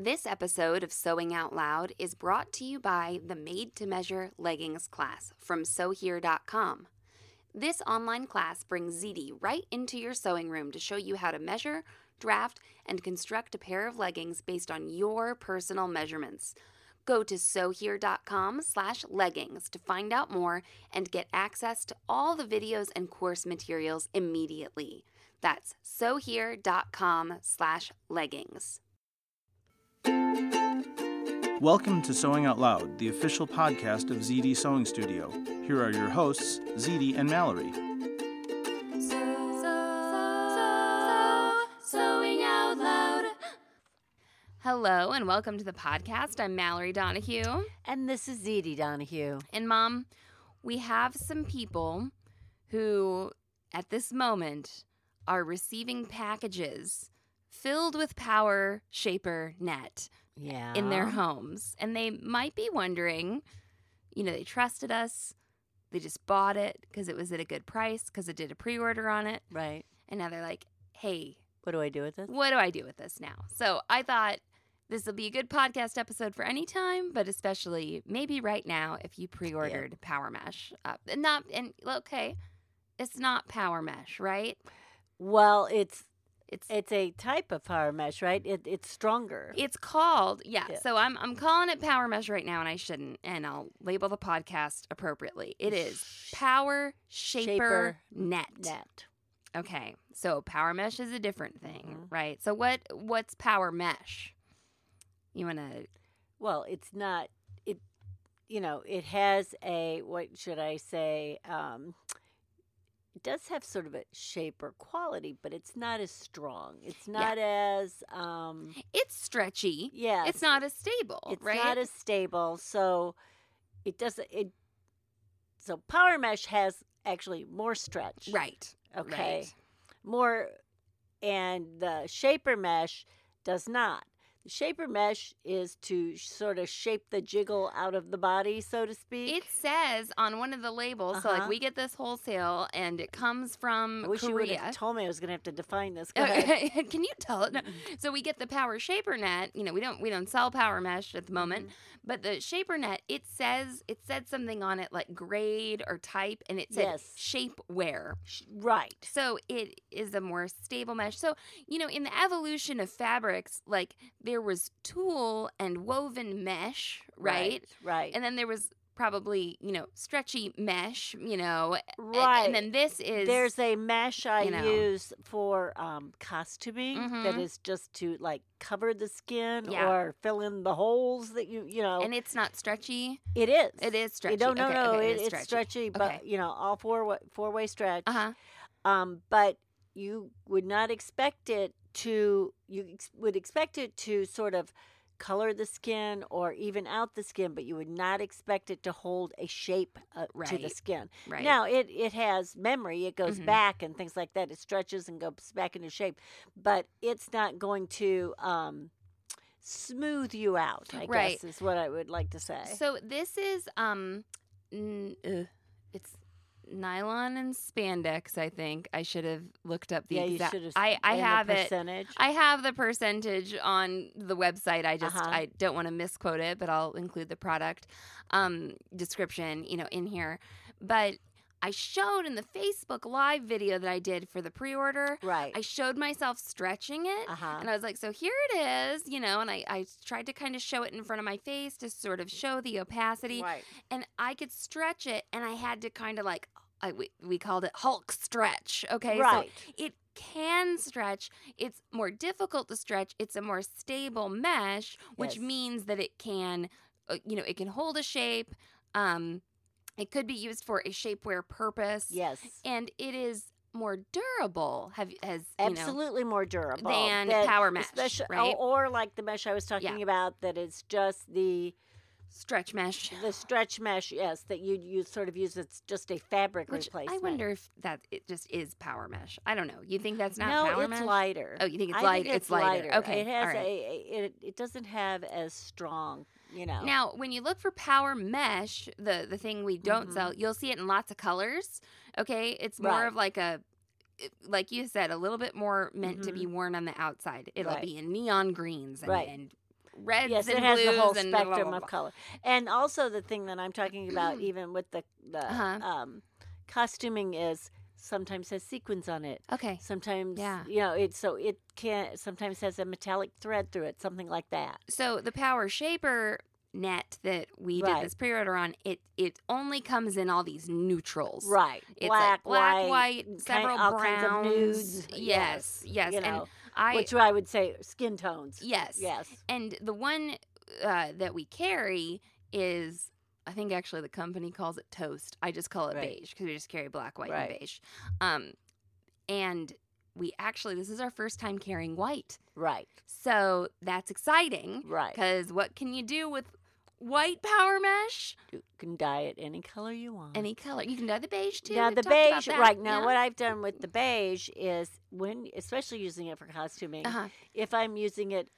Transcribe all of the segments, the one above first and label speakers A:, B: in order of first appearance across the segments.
A: This episode of Sewing Out Loud is brought to you by the Made to Measure Leggings class from sewhere.com. This online class brings ZD right into your sewing room to show you how to measure, draft, and construct a pair of leggings based on your personal measurements. Go to sewhere.com slash leggings to find out more and get access to all the videos and course materials immediately. That's sewhere.com slash leggings.
B: Welcome to Sewing Out Loud, the official podcast of ZD Sewing Studio. Here are your hosts, ZD and Mallory.
A: Sewing out loud. Hello and welcome to the podcast. I'm Mallory Donahue.
C: And this is Edie Donahue.
A: And mom, we have some people who at this moment are receiving packages filled with power shaper net
C: Yeah.
A: in their homes. And they might be wondering, you know, they trusted us. They just bought it because it was at a good price because it did a pre-order on it.
C: Right.
A: And now they're like, "Hey,
C: What do I do with this?
A: what do I do with this now? So I thought this will be a good podcast episode for any time, but especially maybe right now if you pre-ordered Power Mesh. Up. And not and okay, it's not Power Mesh, right?
C: Well, it's
A: It's
C: it's a type of power mesh, right? It, it's stronger.
A: it's called yeah,
C: Yeah.
A: So I'm I'm calling it Power Mesh right now, and I shouldn't, and I'll label the podcast appropriately. It is Power Shaper,
C: Shaper
A: Net.
C: Net.
A: Okay, so Power Mesh is a different thing,
C: Mhm.
A: right? So what what's Power Mesh? You want to
C: Well, it's not it you know, it has a what should I say um it does have sort of a shape or quality, but it's not as strong. It's not as um
A: it's stretchy.
C: yeah,
A: It's not as stable,
C: it's
A: right?
C: not as stable so it doesn't it so power mesh has actually more stretch
A: right.
C: okay
A: Right.
C: more and the shaper mesh does not the shaper mesh is to sort of shape the jiggle out of the body so to speak
A: It says on one of the labels, so like
C: Uh-huh.
A: we get this wholesale and it comes from
C: I wish you would
A: Korea. Oh,
C: have told me I was going to have to define this. Go ahead.
A: Okay. Can you tell it? No. So we get the Power Shaper Net. You know, we don't we don't sell Power Mesh at the moment,
C: Mm-hmm.
A: but the Shaper Net it says it said something on it like grade or type, and it said
C: Yes.
A: shapewear.
C: Sh- Right.
A: So it is a more stable mesh. So, you know, in the evolution of fabrics, like there was tulle and woven mesh, right?
C: Right.
A: And then there was probably, you know, stretchy mesh, you know. a-
C: right.
A: And then this is
C: There's a mesh I
A: you know.
C: use for um, costuming that
A: Mhm.
C: is just to like cover the skin
A: Yeah.
C: or fill in the holes that you you know
A: and it's not stretchy.
C: it is
A: It is stretchy.
C: You don't know
A: Okay,
C: no
A: okay,
C: it, it's stretchy, but
A: Okay.
C: you know all four wa- four way stretch.
A: Uh-huh.
C: Um, but you would not expect it to you ex- would expect it to sort of color the skin or even out the skin, but you would not expect it to hold a shape uh, to the
A: Right.
C: skin.
A: Right.
C: Now it it has memory. It goes
A: Mhm.
C: back and things like that. It stretches and goes back into shape, but it's not going to um, smooth you out. I
A: Right.
C: guess is what I would like to say.
A: So this is um n- uh, it's nylon and spandex, I think. I should have looked up the
C: yeah, you
A: exact
C: should have.
A: I I
C: and the
A: have it
C: percentage.
A: I have the percentage on the website. I just
C: Uh-huh.
A: I don't want to misquote it, but I'll include the product um, description, you know, in here. But I showed in the Facebook Live video that I did for the pre order.
C: Right.
A: I showed myself stretching it.
C: Uh-huh.
A: And I was like, so here it is, you know, and I, I tried to kind of show it in front of my face to sort of show the opacity.
C: Right.
A: And I could stretch it, and I had to kind of like, I, we, we called it Hulk stretch. Okay.
C: Right.
A: So it can stretch. It's more difficult to stretch. It's a more stable mesh, which
C: Yes.
A: means that it can, uh, you know, it can hold a shape. Um, it could be used for a shapewear purpose.
C: Yes.
A: And it is more durable. Have as You know,
C: Absolutely more durable
A: than power mesh,
C: especi-
A: right?
C: Or, or like the mesh I was talking about, that it's just the
A: stretch mesh.
C: the stretch mesh, yes, that you you sort of use. It's just a fabric
A: Which I
C: replacement.
A: wonder if that it just is power mesh. I don't know. You think that's not
C: no,
A: power
C: it's
A: mesh?
C: lighter.
A: Oh, you think it's
C: I
A: light?
C: Think
A: it's lighter. Okay,
C: It has
A: all right.
C: a, a- it, it doesn't have as strong, you know.
A: Now, when you look for power mesh, the the thing we don't
C: Mhm.
A: sell, you'll see it in lots of colors. Okay, it's more
C: Right.
A: of like a it- like you said, a little bit more meant to be worn on the outside. It'll
C: Mm-hmm. Right.
A: be in neon greens and,
C: Right.
A: and reds
C: yes,
A: and
C: it has
A: blues
C: the whole
A: and
C: spectrum
A: blah, blah, blah,
C: of
A: blah.
C: color, and also the thing that I'm talking about, even with the the
A: Uh-huh.
C: um, costuming, is sometimes has sequins on it.
A: Okay,
C: Sometimes,
A: Yeah.
C: you know, it so it can sometimes has a metallic thread through it, something like that.
A: so the power shaper net that we did
C: Right.
A: this pre-order on, it it only comes in all these neutrals.
C: Right,
A: It's
C: black,
A: like black, white,
C: kind-
A: several
C: all
A: browns.
C: kinds of nudes.
A: Yes, yes,
C: you
A: and
C: know,
A: I
C: which I would say skin tones.
A: yes,
C: Yes.
A: And the one uh, that we carry is, I think actually the company calls it toast. I just call it beige 'cause
C: Right.
A: beige because we just carry black, white,
C: Right.
A: and beige. Um, and we actually, this is our first time carrying white.
C: Right.
A: So that's exciting
C: Right.
A: because what can you do with white power mesh?
C: You can dye it any color you want.
A: Any color. You can dye the beige too.
C: now
A: We've
C: Uh-huh. the
A: talked about
C: beige,
A: that.
C: right? Now
A: Yeah.
C: what I've done with the beige is when, especially using it for costuming,
A: Uh-huh.
C: if I'm using it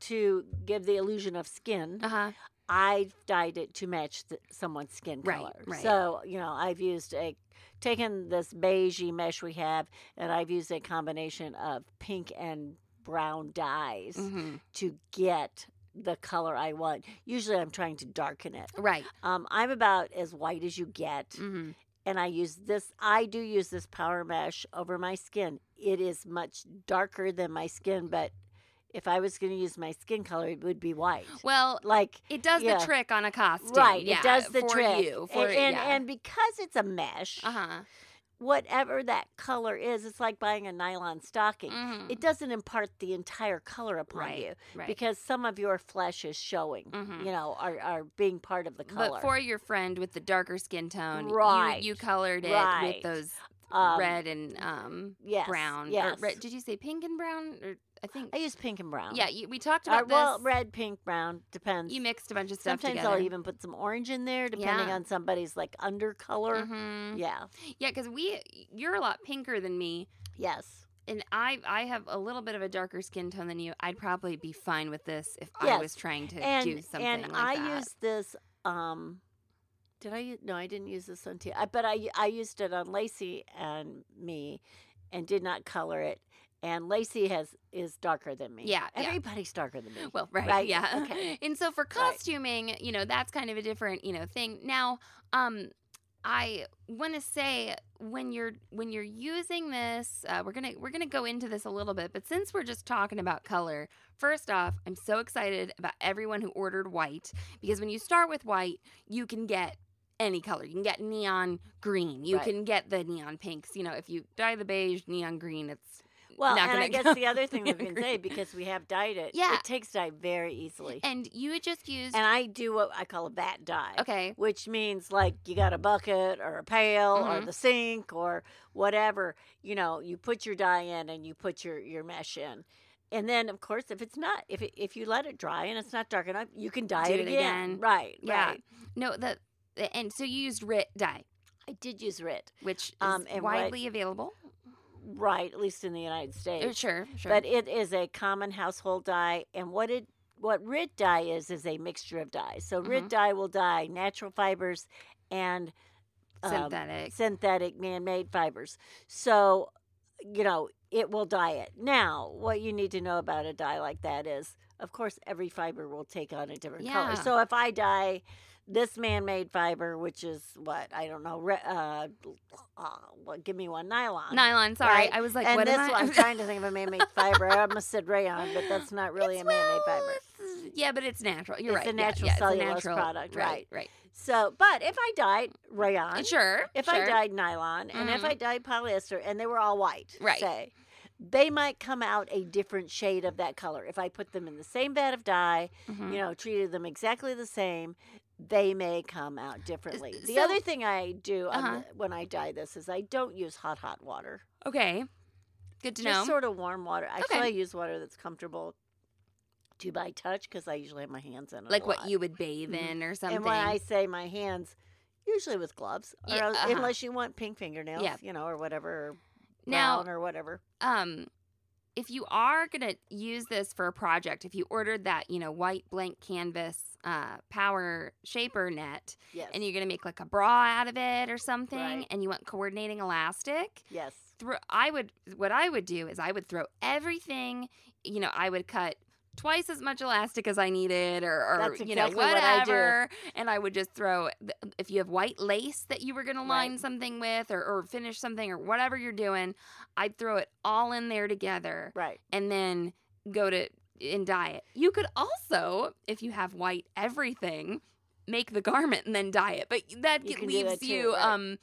C: to give the illusion of skin,
A: Uh-huh.
C: I've dyed it to match th- someone's skin
A: Right,
C: color.
A: right.
C: So you know, I've used a taken this beigey mesh we have, and I've used a combination of pink and brown dyes
A: Mhm.
C: to get the color I want. Usually, I'm trying to darken it.
A: Right.
C: Um, I'm about as white as you get,
A: hmm
C: and I use this. I do use this power mesh over my skin. It is much darker than my skin, but if I was going to use my skin color, it would be white.
A: Well,
C: Like
A: it does
C: yeah.
A: the trick on a costume.
C: right,
A: Yeah,
C: it does the
A: for
C: trick.
A: you.
C: and
A: For
C: and,
A: yeah.
C: and because it's a mesh,
A: uh-huh.
C: whatever that color is, it's like buying a nylon stocking.
A: Mhm.
C: It doesn't impart the entire color upon
A: Right,
C: you
A: right.
C: because some of your flesh is showing.
A: Mhm.
C: You know, are are being part of the color.
A: But for your friend with the darker skin tone, you-
C: Right.
A: you, colored it
C: Right.
A: with those
C: Um,
A: red and um,
C: yes,
A: brown. Or
C: yes.
A: red, did you say pink and brown? Or I think
C: I use pink and brown.
A: yeah. You, we talked
C: Uh,
A: about this.
C: well, red, pink, brown depends.
A: You mixed a bunch of stuff
C: Sometimes
A: together.
C: I'll even put some orange in there, depending
A: Yeah.
C: on somebody's like undercolor.
A: Mhm.
C: Yeah.
A: Yeah, because we you're a lot pinker than me,
C: Yes.
A: and I I have a little bit of a darker skin tone than you. I'd probably be fine with this if I
C: Yes.
A: was trying to
C: and
A: do something
C: and
A: like
C: I
A: that.
C: used this. Um, did I? u- No, I didn't use this on Tia. I- But I I used it on Lacey and me, and did not color it. And Lacey has is darker than me.
A: Yeah, yeah.
C: everybody's darker than me.
A: Well, right,
C: Right,
A: yeah.
C: okay.
A: And so for
C: Right.
A: costuming, you know, that's kind of a different, you know, thing. Now, um I want to say when you're when you're using this, uh, we're gonna we're gonna go into this a little bit, but since we're just talking about color, first off, I'm so excited about everyone who ordered white because when you start with white, you can get any color. You can get neon green. You
C: Right.
A: can get the neon pinks. You know, if you dye the beige neon green, it's
C: well,
A: not
C: and
A: gonna
C: I guess
A: go
C: the other thing we can
A: agree.
C: say because we have dyed it.
A: Yeah.
C: it takes dye very easily. And,
A: and you would just use
C: I do what I call a vat dye.
A: okay,
C: Which means like you got a bucket or a pail or
A: Mhm.
C: the sink or whatever, you know, you put your dye in and you put your, your mesh in. And then of course if it's not if it, if you let it dry and it's not dark enough, you can dye
A: Do
C: it,
A: it
C: again.
A: again.
C: Right,
A: yeah.
C: right.
A: No, the the- and so you used RIT dye,
C: I did use RIT.
A: which is
C: Um, and what-
A: widely available.
C: Right, at least in the United States.
A: Uh, Sure, sure.
C: But it is a common household dye and what it what RIT dye is is a mixture of dyes. So RIT
A: Mhm.
C: dye will dye natural fibers and um,
A: synthetic.
C: synthetic man-made fibers. So, you know, it will dye it. Now, what you need to know about a dye like that is, of course, every fiber will take on a different
A: Yeah.
C: color. So if I dye this man-made fiber, which is what I don't know, re- uh, uh, what, give me one nylon.
A: Nylon, sorry.
C: um, Right.
A: I was like,
C: and
A: what
C: this
A: am I?
C: one, I'm trying to think of a man-made fiber. I almost said rayon, but that's not really
A: It's-
C: a man-made
A: well,
C: fiber.
A: it's- Yeah, but it's natural. You're
C: It's a
A: right. Yeah,
C: natural
A: yeah,
C: cellulose
A: it's a natural
C: product,
A: Right. Right.
C: So, but if I dyed rayon,
A: Sure.
C: if
A: sure.
C: I dyed nylon, and if
A: Mhm.
C: I dyed polyester, and they were all white,
A: Right.
C: say, they might come out a different shade of that color. If I put them in the same vat of dye,
A: Mhm.
C: you know, treated them exactly the same, they may come out differently. The
A: so-
C: other thing I do on
A: Uh-huh.
C: the- when I dye this is I don't use hot, hot water.
A: Okay. Good to
C: Just
A: know.
C: sort of warm water. Actually,
A: Okay.
C: I use water that's comfortable to by touch because I usually have my hands in it. a
A: like what
C: lot.
A: you would bathe
C: Mhm.
A: in or something.
C: And when I say my hands, usually with gloves, or
A: Yeah,
C: else-
A: uh-huh.
C: unless you want pink fingernails,
A: Yeah.
C: you know, or whatever, or
A: now,
C: brown or whatever.
A: um, if you are gonna use this for a project, if you ordered that, you know, white blank canvas uh, power shaper net,
C: Yes.
A: and you're gonna make like a bra out of it or something,
C: Right.
A: and you want coordinating elastic,
C: yes.
A: throw I would what I would do is I would throw everything, you know, I would cut twice as much elastic as I needed or, or
C: That's
A: you know
C: exactly what I do.
A: whatever and I would just throw th- if you have white lace that you were going to line
C: Right.
A: something with or, or finish something or whatever you're doing, I'd throw it all in there together
C: Right.
A: and then go to and dye it. You could also if you have white everything make the garment and then dye it. But that
C: You
A: get-
C: can do
A: leaves
C: that too,
A: you
C: right.
A: um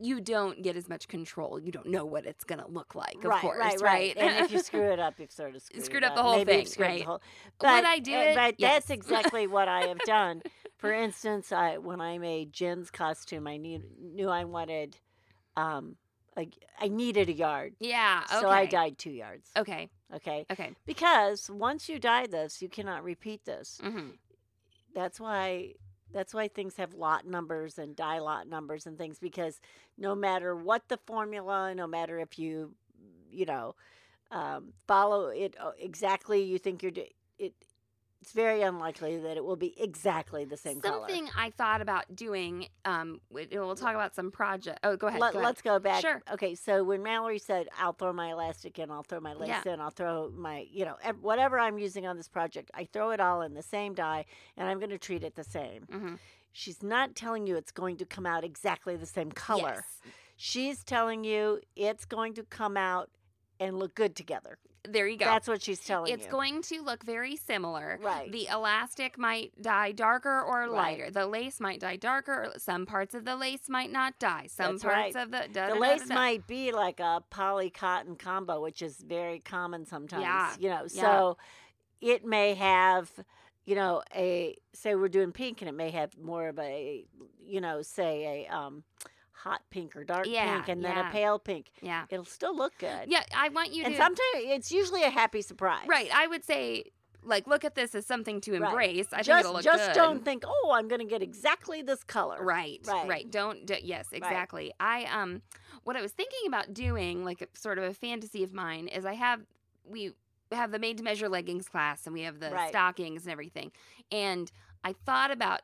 A: you don't get as much control. You don't know what it's gonna look like, of
C: right,
A: course,
C: right, right. and if you screw it up, you've sort of screwed,
A: Screwed
C: it
A: up the whole
C: Maybe
A: thing,
C: you've screwed
A: right.
C: The whole,
A: Would
C: but,
A: I do
C: uh,
A: it?
C: But
A: Yes.
C: that's exactly what I have done. For instance, I when I made Jen's costume, I knew knew I wanted, um, a, I needed a yard,
A: yeah. Okay.
C: so I dyed two yards.
A: Okay.
C: Okay,
A: Okay.
C: because once you dye this, you cannot repeat this.
A: hmm
C: That's why that's why things have lot numbers and die lot numbers and things because no matter what the formula, no matter if you you know um, follow it uh, exactly, you think you're do- it. It's very unlikely that it will be exactly the same
A: Something I thought about doing. Um, we- we'll talk about some project. Oh, go
C: color.
A: ahead.
C: Let,
A: go ahead.
C: us go back.
A: Sure.
C: Okay, so when Mallory said, "I'll throw my elastic in, I'll throw my lace in, I'll throw my you know ev- whatever I'm using on this project, I throw it all in the same dye, and I'm going to treat it the same."
A: Mhm.
C: She's not telling you it's going to come out exactly the same color.
A: Yes.
C: She's telling you it's going to come out and look good together.
A: There you go.
C: That's what she's telling
A: it's
C: you.
A: going to look very similar.
C: Right.
A: The elastic might dye darker or
C: Right.
A: lighter. The lace might dye darker. or- Some parts of the lace might not dye. Some
C: That's
A: parts
C: right.
A: of the da,
C: the
A: da, da,
C: lace
A: da, da.
C: might be like a poly cotton combo, which is very common sometimes.
A: Yeah,
C: You know,
A: yeah.
C: so it may have, you know, a say we're doing pink, and it may have more of a, you know, say a um, hot pink or dark
A: Yeah,
C: pink, and then
A: yeah.
C: a pale pink.
A: Yeah.
C: It'll still look good.
A: Yeah. I want you
C: and
A: to.
C: sometimes it's usually a happy surprise.
A: Right. I would say, like, look at this as something to
C: Right.
A: embrace. I think
C: just
A: it'll look
C: just
A: good.
C: don't think, oh, I'm going to get exactly this color.
A: Right, right,
C: Right.
A: Don't. d yes, exactly. I um, what I was thinking about doing, like a- sort of a fantasy of mine, is I have we have the made to measure leggings class, and we have the
C: Right.
A: stockings and everything, and I thought about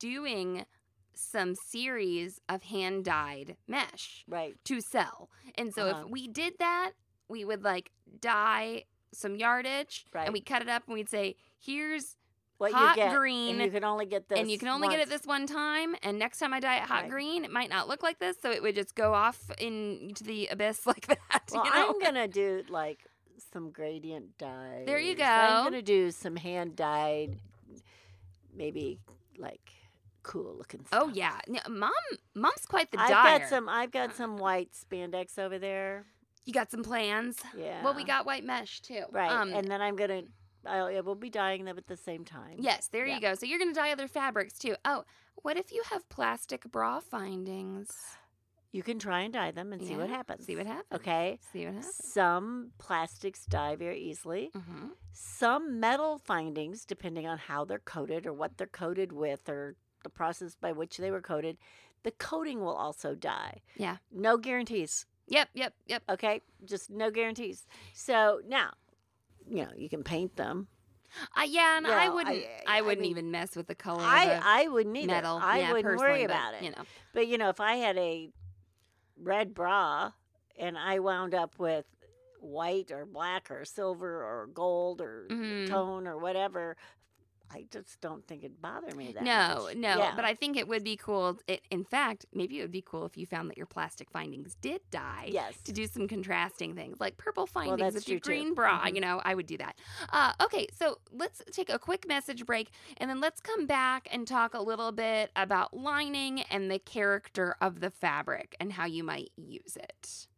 A: doing some series of hand dyed mesh
C: Right.
A: to sell, and so
C: Uh-huh.
A: if we did that, we would like dye some yardage,
C: Right.
A: and we cut it up, and we'd say, "Here's."
C: What
A: hot
C: you get.
A: green
C: And you can only get this.
A: and you can only get it
C: once.
A: this one time. And next time I dye it hot
C: Right.
A: green, it might not look like this, so it would just go off into the abyss like that.
C: Well,
A: you know?
C: I'm going to do like some gradient dye.
A: There you
C: I'm
A: go.
C: going to do some hand dyed, maybe like cool looking stuff.
A: oh yeah, No, mom, mom's quite the
C: I've
A: dyer. Uh.
C: got some. I've got some white spandex over there.
A: you got some plans.
C: Yeah.
A: Well, we got white mesh too.
C: right,
A: Um,
C: and then I'm gonna. I'll, I will be dyeing them at the same time.
A: yes, there
C: yeah.
A: you go. So you're gonna dye other fabrics too. Oh, what if you have plastic bra findings?
C: You can try and dye them and see what
A: Yeah,
C: happens.
A: See what happens.
C: Okay.
A: See what happens.
C: Some plastics dye very easily.
A: hmm
C: Some metal findings, depending on how they're coated or what they're coated with or the process by which they were coated, the coating will also dye.
A: Yeah.
C: No guarantees.
A: Yep. Yep. Yep.
C: Okay. Just no guarantees. So now, you know, you can paint them.
A: Uh, yeah, and I
C: Well, I-
A: wouldn't. I,
C: I
A: wouldn't
C: mean,
A: even mess with the color. of the
C: I, I wouldn't either.
A: metal.
C: I
A: yeah,
C: wouldn't
A: personally,
C: worry
A: but,
C: about it.
A: You know.
C: But you know, if I had a red bra and I wound up with white or black or silver or gold or
A: Mhm.
C: tone or whatever. I just don't think it'd bother me that
A: No,
C: much.
A: no,
C: Yeah.
A: but I think it would be cool. It, in fact, maybe it would be cool if you found that your plastic findings did die.
C: Yes.
A: To do some contrasting things like purple findings
C: that's
A: with your
C: true, too.
A: green bra.
C: Mhm.
A: You know, I would do that. Uh, okay, so let's take a quick message break and then let's come back and talk a little bit about lining and the character of the fabric and how you might use it.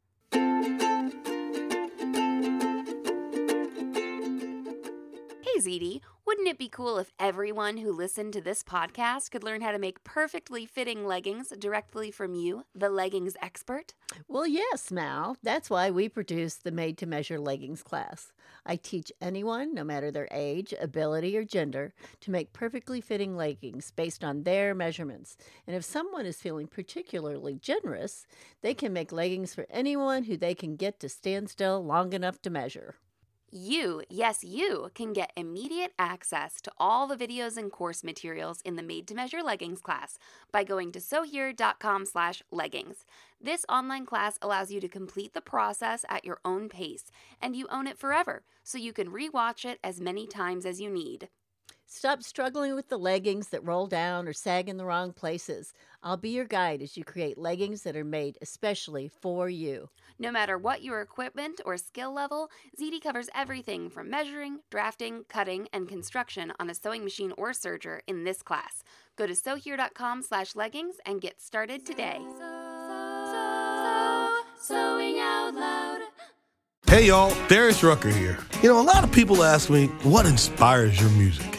A: Hey, ZD, wouldn't it be cool if everyone who listened to this podcast could learn how to make perfectly fitting leggings directly from you, the leggings expert?
C: Well, yes, Mal. That's why we produce the Made to Measure Leggings class. I teach anyone, no matter their age, ability, or gender, to make perfectly fitting leggings based on their measurements. And if someone is feeling particularly generous, they can make leggings for anyone who they can get to stand still long enough to measure.
A: You, yes, you can get immediate access to all the videos and course materials in the Made to Measure Leggings class by going to sewhere.com slash leggings. This online class allows you to complete the process at your own pace, and you own it forever, so you can rewatch it as many times as you need.
C: Stop struggling with the leggings that roll down or sag in the wrong places. I'll be your guide as you create leggings that are made especially for you.
A: No matter what your equipment or skill level, ZD covers everything from measuring, drafting, cutting, and construction on a sewing machine or serger in this class. Go to sewhere.com slash leggings and get started today. Sewing out loud.
D: Hey y'all, Darius Rucker here. You know, a lot of people ask me, what inspires your music?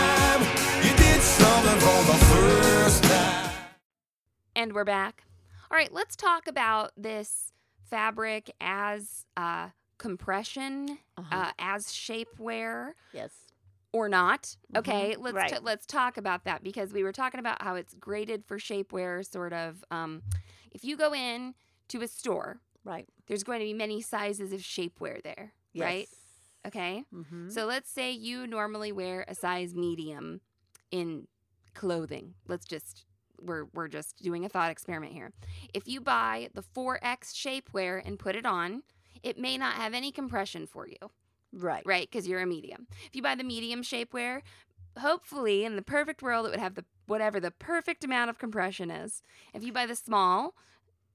A: And we're back. All right, let's talk about this fabric as uh, compression,
C: Uh-huh.
A: uh, as shapewear.
C: Yes.
A: or not. Okay,
C: Mhm,
A: let's
C: right.
A: t- let's talk about that because we were talking about how it's graded for shapewear. Sort of, um, if you go in to a store,
C: Right.
A: there's going to be many sizes of shapewear there,
C: Yes.
A: right? Okay,
C: Mm-hmm.
A: so let's say you normally wear a size medium in clothing. Let's just we're we're just doing a thought experiment here. If you buy the 4X shapewear and put it on, it may not have any compression for you
C: Right.
A: right? Because you're a medium. If you buy the medium shapewear, hopefully in the perfect world, it would have the whatever the perfect amount of compression is. If you buy the small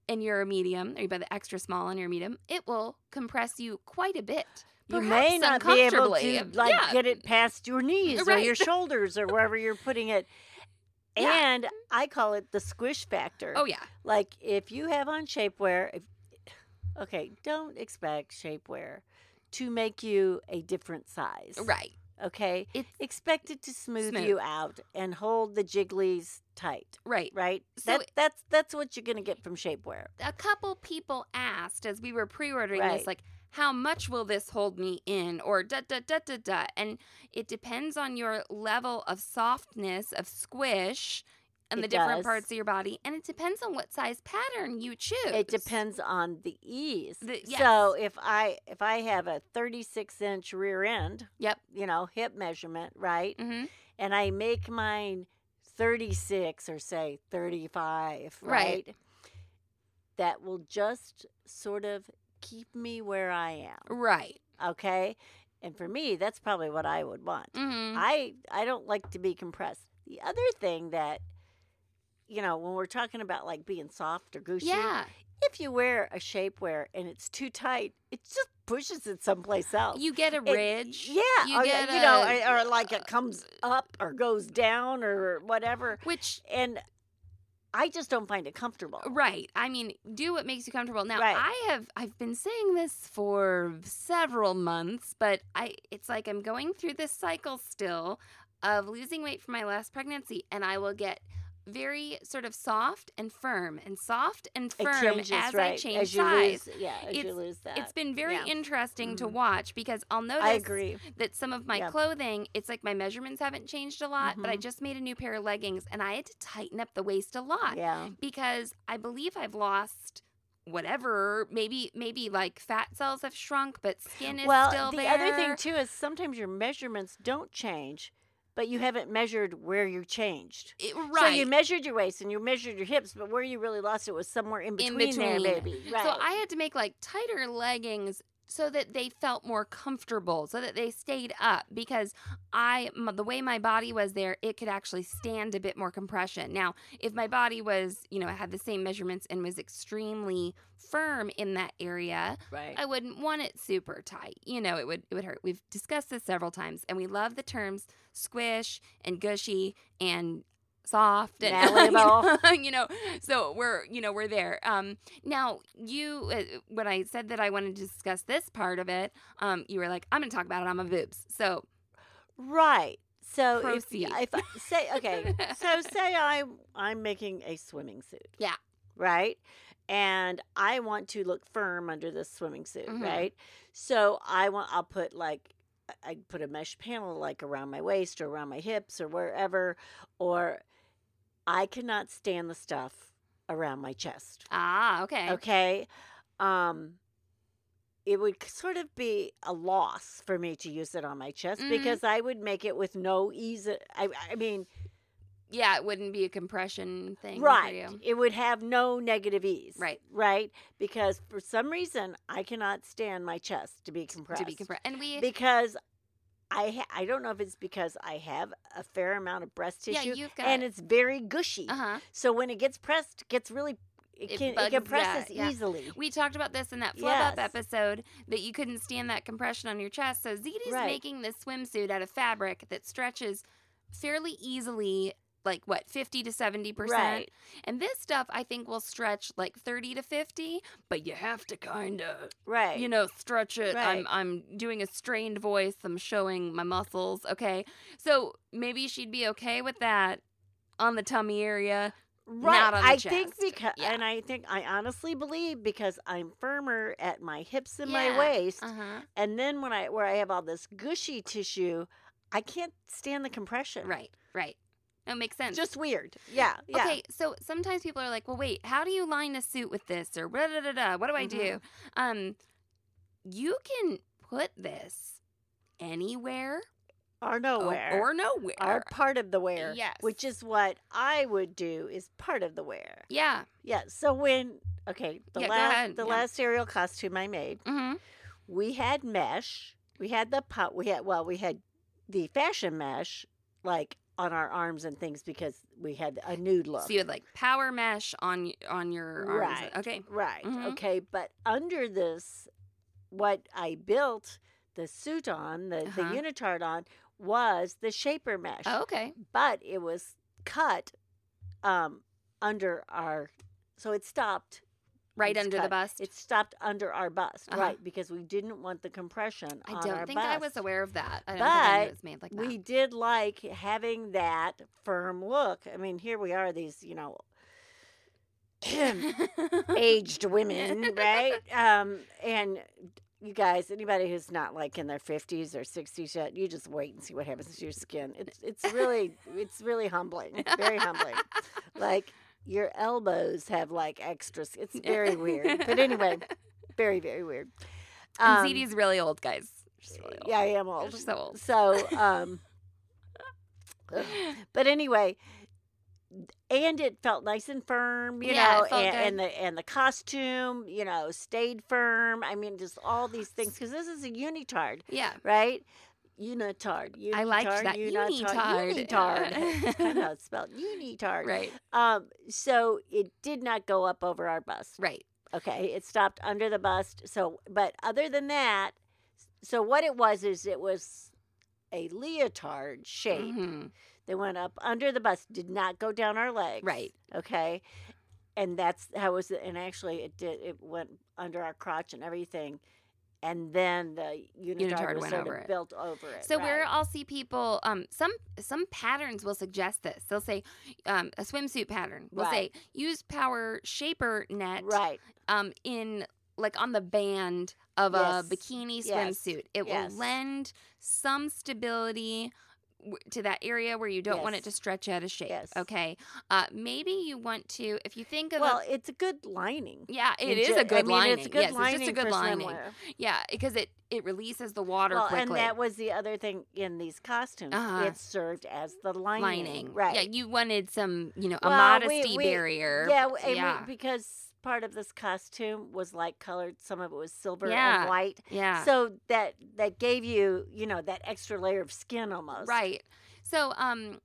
A: and you're a medium, or you buy the extra small and you're a medium, it will compress you quite a bit.
C: You
A: Perhaps
C: may not be able to
A: uncomfortably.
C: like
A: Yeah.
C: get it past your knees or
A: Right.
C: your shoulders or wherever you're putting it.
A: Yeah.
C: And I call it the squish factor.
A: Oh yeah,
C: Like if you have on shapewear, if, okay, don't expect shapewear to make you a different size.
A: right.
C: Okay.
A: It's-
C: expect it to smooth,
A: Smooth.
C: you out and hold the jigglies tight.
A: Right.
C: Right.
A: So
C: that,
A: it-
C: that's that's what you're gonna get from shapewear.
A: A couple people asked as we were pre-ordering
C: Right.
A: this, like, how much will this hold me in, or da da da da da, and it depends on your level of softness of squish and the
C: It
A: different
C: does.
A: parts of your body, and it depends on what size pattern you choose.
C: It depends on the ease.
A: The-
C: So if I if I have a 36 inch rear end,
A: Yep.
C: you know, hip measurement, right,
A: hmm
C: and I make mine 36 or say 35,
A: Right.
C: right, that will just sort of keep me where I am,
A: Right.
C: okay. And for me, that's probably what I would want.
A: hmm
C: I I don't like to be compressed. The other thing that you know, when we're talking about like being soft or gushy,
A: Yeah.
C: if you wear a shapewear and it's too tight, it just pushes it someplace else.
A: You get a
C: It-
A: ridge.
C: yeah,
A: You
C: or,
A: get
C: you know,
A: a- uh,
C: or or like it comes up or goes down or whatever.
A: which
C: And I just don't find it comfortable.
A: Right. I mean, do what makes you comfortable. Now,
C: Right.
A: I have I've been saying this for several months, but I it's like I'm going through this cycle still of losing weight from my last pregnancy and I will get very sort of soft and firm and soft and
C: It
A: firm
C: changes,
A: as
C: right?
A: I change
C: as you
A: size.
C: lose, yeah, as you lose that.
A: It's been very
C: yeah.
A: interesting to
C: Mhm.
A: watch because I'll notice
C: I agree.
A: that some of my
C: Yeah.
A: clothing, it's like my measurements haven't changed a lot, but I
C: Mhm.
A: just made a new pair of leggings and I had to tighten up the waist a lot
C: Yeah.
A: because I believe I've lost whatever maybe maybe like fat cells have shrunk but skin is
C: well,
A: still
C: the
A: there
C: other thing too is sometimes your measurements don't change, but you haven't measured where you changed.
A: It-
C: So
A: right
C: you measured your waist and you measured your hips, but where you really lost it was somewhere in between, there,
A: between.
C: maybe. Right.
A: so i had to make like tighter leggings so that they felt more comfortable so that they stayed up because i m- the way my body was there it could actually stand a bit more compression now if my body was you know had the same measurements and was extremely firm in that area
C: right.
A: I wouldn't want it super tight. You know, it would it would hurt. We've discussed this several times, and we love the terms squish and gushy and soft and
C: Malleable.
A: you know. So we're you know we're there. Um, now you uh, when I said that I wanted to discuss this part of it, um, you were like, I'm gonna talk about it on my boobs. So
C: Right. So if,
A: Proceed.
C: if I say okay, so say I I'm making a swimming suit.
A: Yeah.
C: Right? And I want to look firm under this swimming suit,
A: Mhm.
C: right? So I want I'll put like I- I put a mesh panel like around my waist or around my hips or wherever or I cannot stand the stuff around my chest.
A: ah, okay,
C: Okay. Um it would k- sort of be a loss for me to use it on my chest
A: Mhm.
C: because I would make it with no ease. uh, I, I mean,
A: yeah, it wouldn't be a compression thing, for
C: right.
A: you.
C: It would have no negative ease.
A: Right.
C: Right. Because for some reason, I cannot stand my chest to be compressed.
A: To be compressed, and we.
C: Because I, ha- I don't know if it's because I have a fair amount of breast
A: Yeah,
C: tissue
A: you've got-
C: and it's very gushy.
A: uh huh.
C: So when it gets pressed, it gets really, it,
A: It
C: can,
A: bugs
C: it compresses
A: that, yeah.
C: easily.
A: We talked about this in that flub up
C: Yes.
A: episode that you couldn't stand that compression on your chest. So ZD's
C: Right.
A: making this swimsuit out of fabric that stretches fairly easily, like what, 50 to 70%.
C: Right.
A: And this stuff I think will stretch like 30 to 50, but you have to kind of,
C: Right.
A: you know, stretch it. I'm
C: Right.
A: I'm doing a strained voice, I'm showing my muscles, okay? So maybe she'd be okay with that on the tummy area.
C: Right.
A: not on the
C: I think
A: chest.
C: because,
A: Yeah.
C: and I think I honestly believe because I'm firmer at my hips and
A: Yeah.
C: my waist,
A: Uh-huh.
C: and then when I where I have all this gushy tissue, I can't stand the compression.
A: Right, right. That makes sense.
C: Just weird. Yeah. Yeah.
A: Okay, so sometimes people are like, "Well, wait, how do you line a suit with this?" or "Blah, da da da. What do
C: Mm-hmm.
A: I do? Um, you can put this anywhere
C: Or
A: o-
C: nowhere.
A: or nowhere.
C: or part of the wear.
A: Yes.
C: Which is what I would do is part of the wear.
A: yeah.
C: Yeah. So when okay, the
A: Yeah, go
C: last
A: ahead.
C: the
A: Yeah.
C: last aerial costume I made,
A: hmm
C: we had mesh. We had the pot. We had well, we had the fashion mesh like on our arms and things because we had a nude look.
A: So you had like power mesh on y- on your arms.
C: Right.
A: Okay.
C: right.
A: Mhm.
C: Okay, but under this what I built the suit on, the
A: Uh-huh.
C: the unitard on was the shaper mesh.
A: Oh, okay.
C: But it was cut um under our so it stopped
A: Right
C: It's
A: under the
C: cut.
A: bust.
C: it stopped under our bust,
A: Uh-huh.
C: right? Because we didn't want the compression
A: I
C: on
A: don't
C: our
A: think I was
C: bust.
A: aware of that. I don't think I knew
C: But
A: it was made like that.
C: we did like having that firm look. I mean, here we are, these, you know, aged women, right? Um, and you guys, anybody who's not like in their fifties or sixties yet, you just wait and see what happens to your skin. It's it's really it's really humbling, very humbling. Like your elbows have like extra. s- It's very weird, but anyway, very very weird.
A: And
C: Um,
A: ZD's really old, guys. She's really old.
C: yeah, I am old.
A: She's so old.
C: So, um, ugh. but anyway, and it felt nice and firm, you
A: Yeah, it
C: know,
A: felt
C: and, and
A: good.
C: the and the costume, you know, stayed firm. I mean, just all these things because this is a unitard,
A: Yeah.
C: right? Unitard. unitard
A: I liked that.
C: Unitard.
A: Unitard. uh,
C: unitard. I know it's spelled unitard.
A: Right.
C: Um, so it did not go up over our bust.
A: Right.
C: Okay, it stopped under the bust. So, but other than that, so what it was is it was a leotard shape
A: Mhm.
C: They went up under the bust, did not go down our legs.
A: Right.
C: Okay. And that's how it was and actually it did it went under our crotch and everything. And then the unitard,
A: Unitard
C: was
A: went
C: sort
A: over
C: of
A: it.
C: built over it.
A: So where
C: right.
A: I'll see people, um, some some patterns will suggest this. They'll say um, a swimsuit pattern. will
C: Right.
A: say use power shaper net
C: right.
A: um, in like on the band of
C: Yes.
A: a bikini
C: Yes.
A: swimsuit. It
C: Yes.
A: will lend some stability w- to that area where you don't want
C: Yes.
A: it to stretch out of shape.
C: Yes.
A: Okay, uh, maybe you want to if you think of
C: Well,
A: a,
C: it's a good lining.
A: yeah, it
C: in
A: is
C: gen-
A: a good
C: I mean,
A: lining.
C: It's a good
A: yes,
C: lining
A: it's just a good
C: for
A: lining.
C: swimwear.
A: Yeah, because it it releases the water
C: well,
A: quickly.
C: and that was the other thing in these costumes.
A: Uh-huh.
C: It served as the lining,
A: lining.
C: right?
A: Yeah, you wanted some, you know, a
C: Well, we-
A: modesty
C: we-
A: barrier.
C: Yeah, w- and we-
A: yeah.
C: because part of this costume was light colored, some of it was silver
A: Yeah.
C: and white.
A: yeah.
C: So that that gave you, you know, that extra layer of skin almost.
A: right. So, um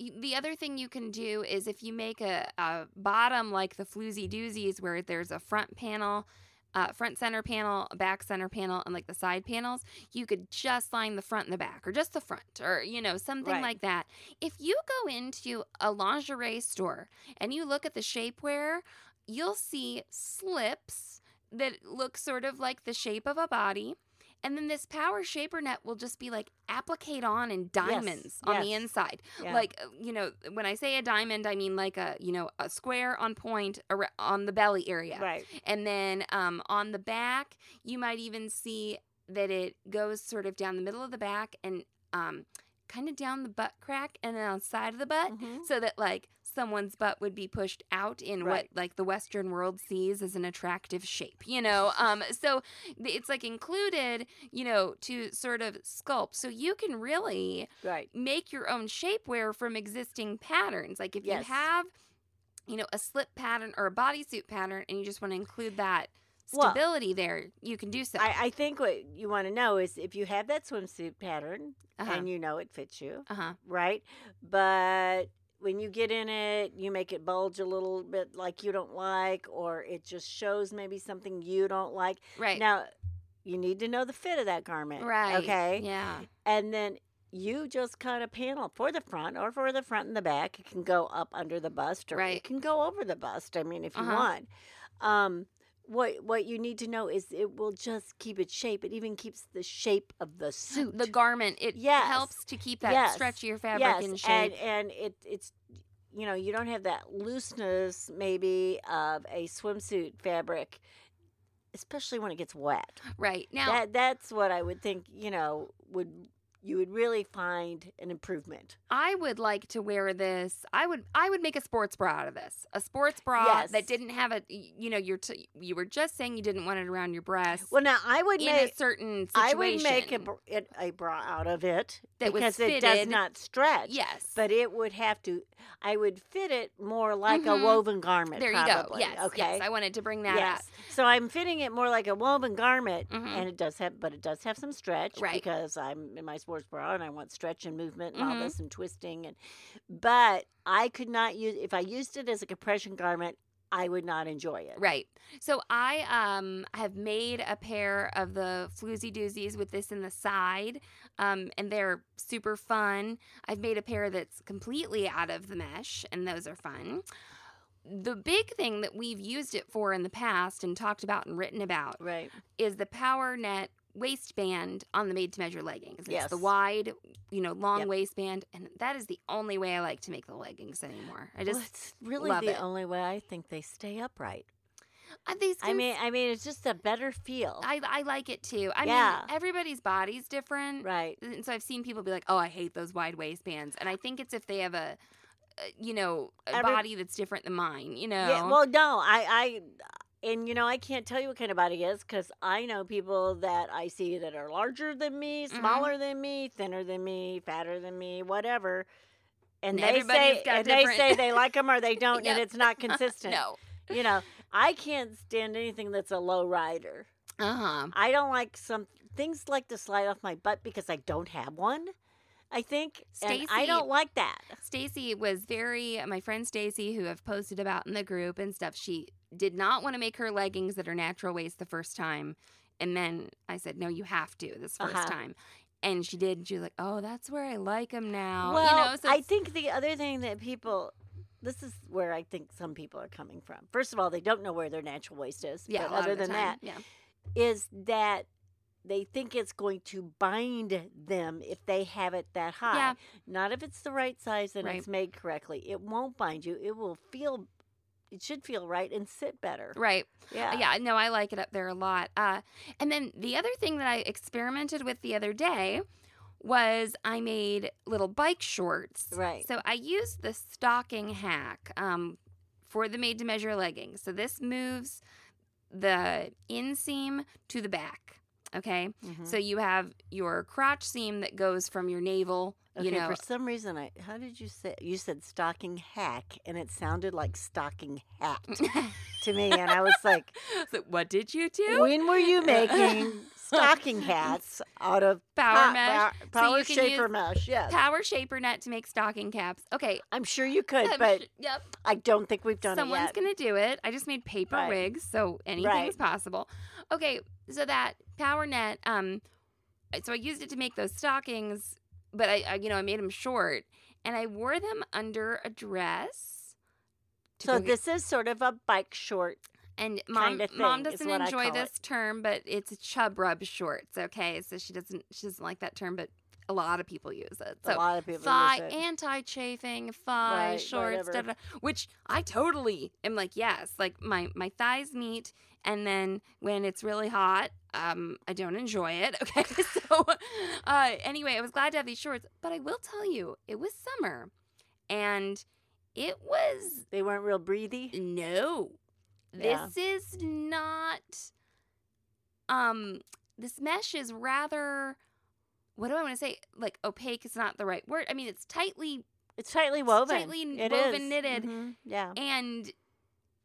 A: y- the other thing you can do is if you make a, a bottom like the floozy doozies where there's a front panel uh, front center panel, a back center panel, and like the side panels, you could just line the front and the back, or just the front, or you know, something
C: Right.
A: like that. If you go into a lingerie store and you look at the shapewear, you'll see slips that look sort of like the shape of a body. And then this power shaper net will just be like applique on in diamonds on the
C: yes.
A: inside.
C: Yeah.
A: Like, uh, you know, when I say a diamond, I mean like a, you know, a square on point ar- on the belly area.
C: Right.
A: And then um, on the back, you might even see that it goes sort of down the middle of the back and um, kind of down the butt crack and then on the side of the butt
C: Mhm.
A: so that like someone's butt would be pushed out in
C: Right.
A: what like the western world sees as an attractive shape you know um so th- it's like included you know to sort of sculpt so you can really
C: Right.
A: make your own shapewear from existing patterns like if
C: Yes.
A: you have you know a slip pattern or a bodysuit pattern and you just want to include that
C: Well,
A: stability there you can do so Uh-huh.
C: I, I think what you want to know is if you have that swimsuit pattern
A: uh-huh.
C: and you know it fits you,
A: uh-huh
C: right? But when you get in it, you make it bulge a little bit like you don't like, or it just shows maybe something you don't like.
A: right
C: Now, you need to know the fit of that garment.
A: right
C: Okay.
A: yeah
C: And then you just cut a panel for the front or for the front and the back. It can go up under the bust or
A: Right.
C: it can go over the bust. I mean, if you
A: Uh-huh.
C: want. Um, what what you need to know is it will just keep its shape. It even keeps the shape of the suit.
A: the garment it
C: Yes.
A: helps to keep that
C: Yes.
A: stretchier fabric
C: yes,
A: in shape
C: and and it it's you know you don't have that looseness maybe of a swimsuit fabric, especially when it gets wet.
A: right now
C: that that's what I would think. You know, would you would really find an improvement?
A: I would like to wear this. I would I would make a sports bra out of this. A sports bra
C: Yes.
A: that didn't have a you know you're t- you were just saying you didn't want it around your breast
C: Well, now I would
A: in
C: make
A: a certain situation.
C: I would make a br- it, a bra out of it
A: That was
C: because it does
A: fitted.
C: not stretch.
A: yes.
C: But it would have to. I would fit it more like
A: Mhm.
C: a woven garment.
A: there you go.
C: probably,
A: Yes.
C: Okay.
A: Yes. I wanted to bring that
C: Yes. So I'm fitting it more like a woven garment,
A: Mhm.
C: and it does have, but it does have some stretch
A: Right.
C: because I'm in my sports bra and I want stretch and movement and
A: Mhm.
C: all this and twisting and. But I could not use if I used it as a compression garment, I would not enjoy it.
A: up. Right. So I um have made a pair of the floozy doozies with this in the side. Um and they're super fun. I've made a pair that's completely out of the mesh and those are fun. The big thing that we've used it for in the past and talked about and written about
C: Right.
A: is the power net waistband on the made to measure leggings. It's
C: Yes.
A: the wide, you know, long
C: Yep.
A: waistband. And that is the only way I like to make the leggings anymore. I
C: Well,
A: just,
C: it's really
A: love
C: the
A: it.
C: only way I think they stay upright.
A: I, these
C: I
A: can-
C: mean, I mean, it's just a better feel.
A: I, I like it too. I
C: Yeah.
A: mean, everybody's body's different.
C: right.
A: And so I've seen people be like, oh, I hate those wide waistbands. And I think it's if they have a, a you know, a
C: Every-
A: body that's different than mine, you know?
C: Yeah, well, no, I, I, and you know, I can't tell you what kind of body it is because I know people that I see that are larger than me,
A: Mhm.
C: smaller than me, thinner than me, fatter than me, whatever.
A: And
C: And, they
A: everybody's
C: say,
A: got
C: and
A: different-
C: they say they like them or they don't, and
A: Yeah.
C: it's not consistent.
A: no.
C: You know, I can't stand anything that's a low rider.
A: Uh huh.
C: I don't like some things like to slide off my butt because I don't have one. I think, and I
A: Stacey-
C: don't like that.
A: Stacy was very my friend Stacy who I've posted about in the group and stuff. She did not want to make her leggings that are natural waist the first time. And then I said, "No, you have to this 1st
C: Uh-huh.
A: time." And she did. And she was like, oh, that's where I like him now.
C: Well,
A: you know, so
C: I
A: it's-
C: think the other thing that people, this is where I think some people are coming from. First of all, they don't know where their natural waste is.
A: yeah, a
C: but
A: lot
C: other
A: of the
C: than
A: time,
C: that,
A: Yeah.
C: is that they think it's going to bind them if they have it that high.
A: Yeah.
C: Not if it's the right size and
A: Right.
C: it's made correctly. It won't bind you. It will feel, it should feel right and sit better.
A: Right.
C: Yeah.
A: yeah no i like it up there a lot uh, and then the other thing that i experimented with the other day was i made little bike shorts
C: Right.
A: so i used the stocking hack um, for the made to measure leggings so this moves the inseam to the back okay
C: Mhm.
A: so you have your crotch seam that goes from your navel
C: Okay,
A: you know
C: for some reason, I how did you say you said stocking hack, and it sounded like stocking hacked to me, and I was like,
A: So what did you do
C: when were you making stocking hats out of
A: power
C: po-
A: mesh
C: pow-
A: So
C: power
A: you can
C: shaper
A: use
C: mesh? Yes,
A: power shaper net to make stocking caps okay
C: I'm sure you could,
A: I'm
C: but
A: sh- yep
C: I don't think we've done
A: Someone's
C: it yet.
A: gonna do it. I just made paper
C: Right.
A: wigs, so anything's
C: Right.
A: possible. Okay, so that power net. Um, so I used it to make those stockings, but I, I you know, I made them short, and I wore them under a dress. to
C: so
A: go get-
C: this is sort of a bike short.
A: and mom,
C: kinda
A: mom
C: thing is
A: doesn't
C: what I
A: enjoy
C: call
A: this term, but it's chub rub shorts. Okay, so she doesn't she doesn't like that term, but a lot of people use it. So
C: a lot of people
A: thigh
C: use it.
A: anti-chafing thigh
C: Right,
A: shorts
C: whatever.
A: da, da, da, which i totally am like yes like my my thighs meet and then when it's really hot um i don't enjoy it okay so uh anyway i was glad to have these shorts but i will tell you it was summer and it was
C: they weren't real breathy.
A: no
C: Yeah.
A: this is not um this mesh is rather what do I want to say? Like opaque is not the right word. I mean, it's tightly
C: It's tightly woven.
A: tightly
C: It
A: woven,
C: is.
A: knitted.
C: Mhm. Yeah,
A: And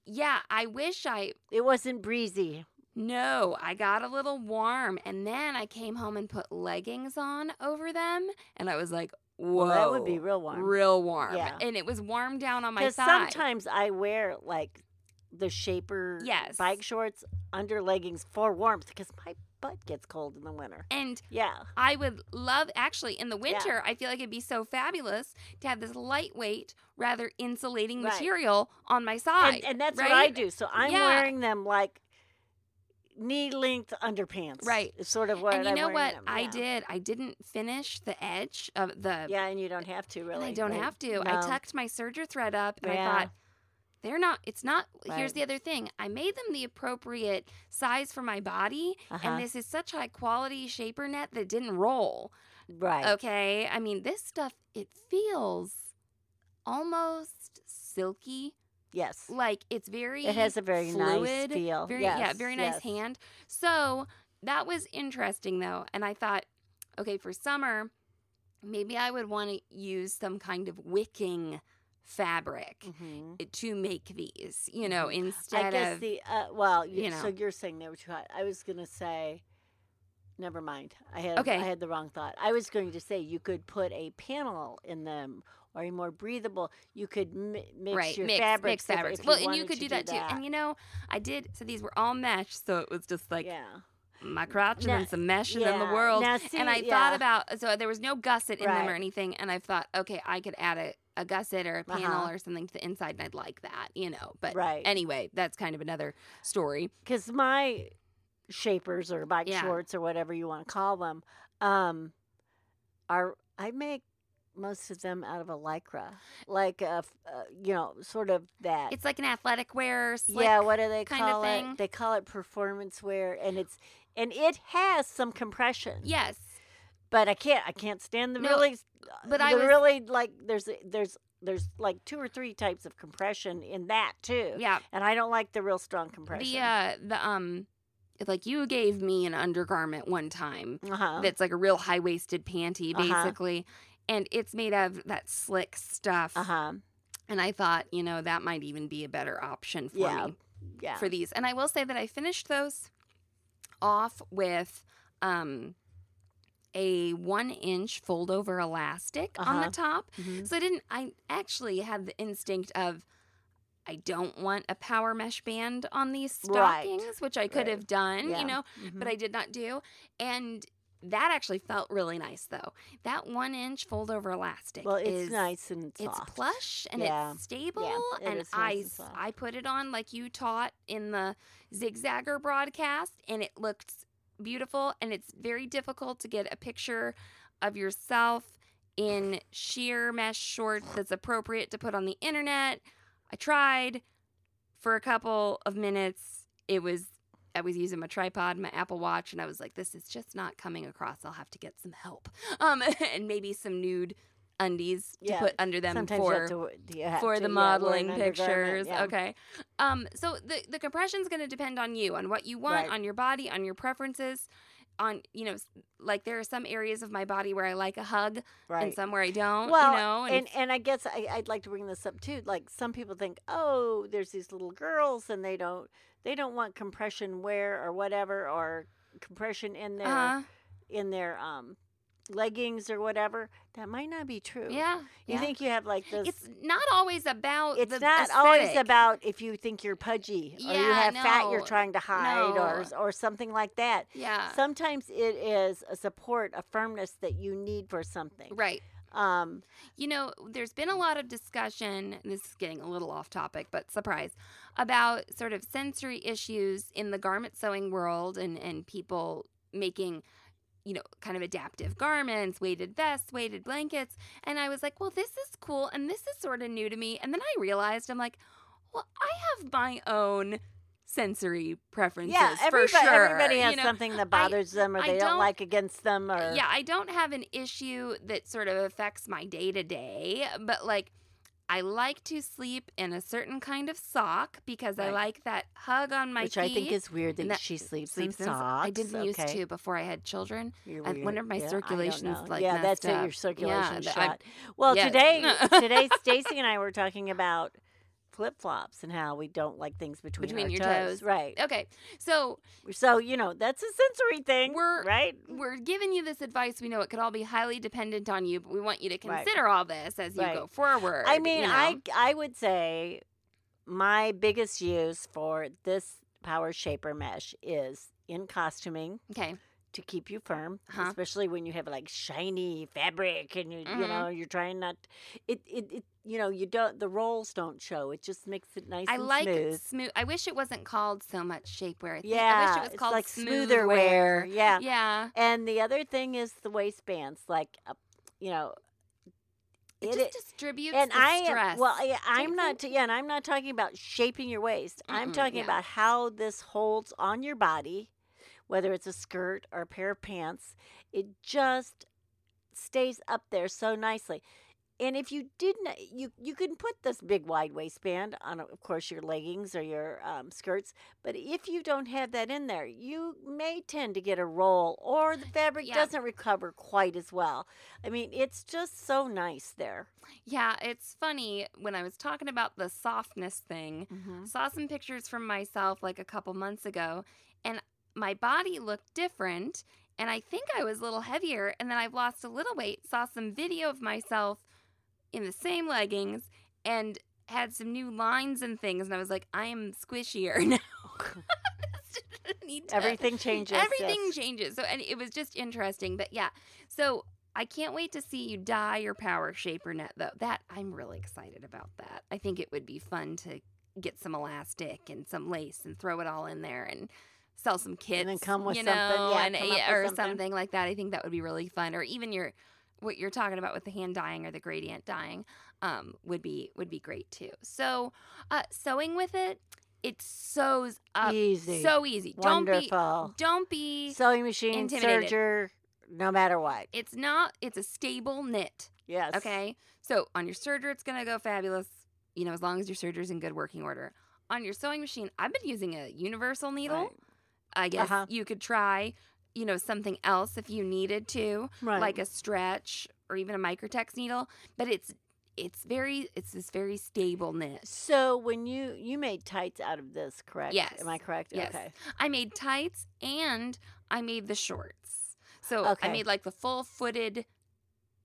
A: yeah, I wish I
C: it wasn't breezy.
A: no, I got a little warm and then I came home and put leggings on over them and I was like, "Whoa.
C: Well, that would be real warm.
A: real warm."
C: Yeah.
A: And it was warm down on my
C: Because
A: thigh.
C: sometimes I wear like the shaper
A: Yes.
C: bike shorts under leggings for warmth because my butt gets cold in the winter.
A: and
C: Yeah.
A: I would love actually in the
C: Yeah.
A: winter, I feel like it'd be so fabulous to have this lightweight, rather insulating
C: Right.
A: material on my side.
C: And, and that's what I
A: right?
C: do. So I'm
A: Yeah.
C: wearing them like knee length underpants.
A: Right.
C: Is sort of what
A: and you
C: I'm
A: know what
C: wearing them,
A: I
C: yeah.
A: did? I didn't finish the edge of the
C: Yeah, and you don't have to really.
A: And I don't
C: like,
A: have to. I
C: no.
A: tucked my serger thread up and
C: Yeah.
A: I thought, they're not, it's not. Here's
C: Right.
A: the other thing I made them the appropriate size for my body.
C: Uh-huh.
A: And this is such high quality shaper net that it didn't roll.
C: Right.
A: Okay. I mean, this stuff, it feels almost silky.
C: Yes.
A: Like it's very,
C: It has a very
A: fluid,
C: nice feel.
A: Very,
C: yes.
A: yeah, very nice
C: yes.
A: hand. So that was interesting though. And I thought, okay, for summer, maybe I would want to use some kind of wicking fabric
C: Mhm.
A: to make these, you know,
C: Mhm.
A: instead
C: I guess
A: of.
C: the uh, well, you,
A: you
C: so
A: know.
C: you're saying they were too hot. I was gonna say, never mind. I had
A: Okay.
C: I had the wrong thought. I was going to say you could put a panel in them or a more breathable. You could mi- mix
A: Right,
C: your
A: mix,
C: fabrics.
A: mix
C: if-
A: fabrics.
C: if
A: Well, and you
C: wanted
A: could
C: to
A: do that, too. And you know, I did. So these were all mesh, so it was just like
C: yeah,
A: my crotch and
C: Now-
A: then some mesh and then
C: yeah.
A: the world.
C: Now, see,
A: and I
C: yeah.
A: thought about so there was no gusset in them or
C: Right.
A: anything, and I thought, okay, I could add a, a gusset or a panel
C: Uh-huh.
A: or something to the inside, and I'd like that, you know. But
C: Right.
A: anyway, that's kind of another story.
C: because my shapers or bike
A: Yeah.
C: shorts or whatever you want to call them, um, are I make most of them out of a lycra, like a f- uh, you know, sort of that.
A: It's like an athletic wear. Slick.
C: Uh, yeah, what do they
A: kind of
C: call
A: thing.
C: it? They call it performance wear, and it's and it has some compression.
A: Yes,
C: but I can't. I can't stand the
A: No,
C: really. uh,
A: but
C: the
A: I was-
C: really like there's a- there's there's like two or three types of compression in that too.
A: yeah.
C: and I don't like the real strong compression.
A: The uh, the um, like you gave me an undergarment one time
C: uh-huh.
A: that's like a real high waisted panty,
C: Uh-huh.
A: basically. And it's made of that slick stuff.
C: uh huh.
A: And I thought, you know, that might even be a better option for
C: Yeah.
A: me.
C: Yeah.
A: for these. And I will say that I finished those off with um, a one inch fold over elastic on
C: Uh-huh.
A: the top.
C: Mhm.
A: So I didn't, I actually had the instinct of, I don't want a power mesh band on these
C: Right.
A: stockings, which I could
C: Right.
A: have done,
C: Yeah.
A: you know,
C: Mhm.
A: but I did not do. And That actually felt really nice though. That one inch fold over elastic.
C: Well, it's
A: is,
C: nice and
A: It's
C: soft.
A: plush and
C: Yeah.
A: it's stable,
C: it
A: and
C: is nice
A: I
C: and
A: s-
C: soft.
A: I put it on like you taught in the zigzagger broadcast, and it looked beautiful. And it's very difficult to get a picture of yourself in sheer mesh shorts that's appropriate to put on the internet. I tried for a couple of minutes. It was I was using my tripod, my Apple Watch, and I was like, "This is just not coming across. I'll have to get some help, um, and maybe some nude undies to
C: Yeah,
A: put under them
C: Sometimes
A: for
C: you have to, w- you have
A: for
C: to,
A: the
C: yeah, wear an
A: modeling
C: undergarment,
A: pictures.
C: yeah.
A: Okay. Um, so the the compression's going to depend on you, on what you want,
C: Right.
A: on your body, on your preferences, on you know, s- like there are some areas of my body where I like a hug and
C: Right.
A: some where I don't.
C: well,
A: you know,
C: and, and I guess I, I'd like to bring this up too. Like some people think, oh, there's these little girls and they don't they don't want compression wear or whatever or compression in their
A: uh,
C: in their um leggings or whatever. That might not be true.
A: yeah,
C: You
A: yeah.
C: think you have like this?
A: it's not always about.
C: it's
A: Oh, the
C: not always
A: aesthetic.
C: about if you think you're pudgy or you
A: Yeah,
C: have fat you're
A: no,
C: trying to hide
A: no.
C: or or something like that.
A: Yeah.
C: Sometimes it is a support, a firmness that you need for something.
A: Right.
C: Um,
A: You know, there's been a lot of discussion, and this is getting a little off topic, but surprise, about sort of sensory issues in the garment sewing world and, and people making, you know, kind of adaptive garments, weighted vests, weighted blankets. And I was like, well, this is cool. And this is sort of new to me. And then I realized I'm like, well, I have my own sensory preferences
C: yeah,
A: for
C: everybody,
A: sure.
C: everybody has
A: you know?
C: something that bothers them or
A: I
C: they don't,
A: don't-
C: like against them or
A: yeah i don't have an issue that sort of affects my day to day but like i like to sleep in a certain kind of sock because i
C: Right.
A: like that hug on my
C: which
A: feet
C: I think is weird that,
A: and that
C: she sleeps,
A: Sleeps
C: in
A: in s-
C: socks.
A: I didn't used
C: okay.
A: to before I had children.
C: You're
A: I
C: weird.
A: wonder if my
C: Yeah, I don't
A: circulation's
C: know.
A: like
C: yeah,
A: messed
C: that's it. Your
A: up.
C: circulation
A: that I-
C: shot. Well,
A: Yeah.
C: today, today, Stacy and I were talking about flip flops and how we don't like things between,
A: Between
C: our
A: your toes.
C: right?
A: Okay, so
C: So you know that's a sensory thing,
A: We're-
C: right?
A: we're giving you this advice. We know it could all be highly dependent on you, but we want you to
C: Right.
A: consider all this as you
C: Right.
A: go forward.
C: I mean,
A: you know?
C: I I would say my biggest use for this power shaper mesh is in costuming
A: okay,
C: to keep you firm,
A: Uh-huh.
C: especially when you have like shiny fabric and you you
A: Mhm.
C: know you're trying not. It, it it you know you don't the rolls don't show. It just makes it nice.
A: I
C: and
A: like
C: smooth.
A: smooth. I wish it wasn't called so much shapewear. I think-
C: Yeah,
A: I wish it was
C: it's
A: called
C: like
A: smooth
C: smoother wear. Yeah.
A: yeah.
C: And the other thing is the waistbands, like uh, you know,
A: It,
C: it-
A: just
C: it-
A: distributes
C: and
A: the
C: I am-
A: stress.
C: well, I,
A: you
C: I'm not. Yeah, and I'm not talking about shaping your waist. I'm
A: Mm-mm,
C: talking
A: yeah.
C: about how this holds on your body, whether it's a skirt or a pair of pants. It just stays up there so nicely. And if you didn't, uh, you you can put this big wide waistband on, of course, your leggings or your um, skirts. But if you don't have that in there, you may tend to get a roll, or the fabric
A: Yeah.
C: doesn't recover quite as well. I mean, it's just so nice there.
A: yeah, it's funny when I was talking about the softness thing.
C: Mm-hmm.
A: Saw some pictures from myself like a couple months ago, and my body looked different. And I think I was a little heavier, and then I've lost a little weight. Saw some video of myself in the same leggings, and had some new lines and things, and I was like, I am squishier now. Need to-
C: Everything changes.
A: Everything
C: yes.
A: changes. So and it was just interesting. But yeah. So I can't wait to see you dye your power shaper net though. That I'm really excited about that. I think it would be fun to get some elastic and some lace and throw it all in there and sell some kits.
C: then come with
A: you know,
C: something. Yeah,
A: and,
C: come up
A: yeah,
C: with
A: or
C: something.
A: like that. I think that would be really fun. Or even your what you're talking about with the hand dyeing or the gradient dyeing um, would be would be great too. So uh, sewing with it, it sews up
C: Easy.
A: uh, so easy. Don't be
C: Wonderful.
A: don't be.
C: Sewing machine,
A: intimidated.
C: serger, no matter what.
A: It's not. It's a stable knit.
C: Yes.
A: Okay. So on your serger, it's gonna go fabulous. You know, as long as your serger's in good working order. On your sewing machine, I've been using a universal needle.
C: Right.
A: I guess
C: Uh-huh.
A: you could try. You know, something else if you needed to,
C: Right.
A: like a stretch or even a microtex needle. But it's it's very it's this very stable knit.
C: So when you you made tights out of this, correct?
A: Yes.
C: Am I correct?
A: Yes.
C: Okay.
A: I made tights and I made the shorts. So I
C: Okay.
A: made like the full footed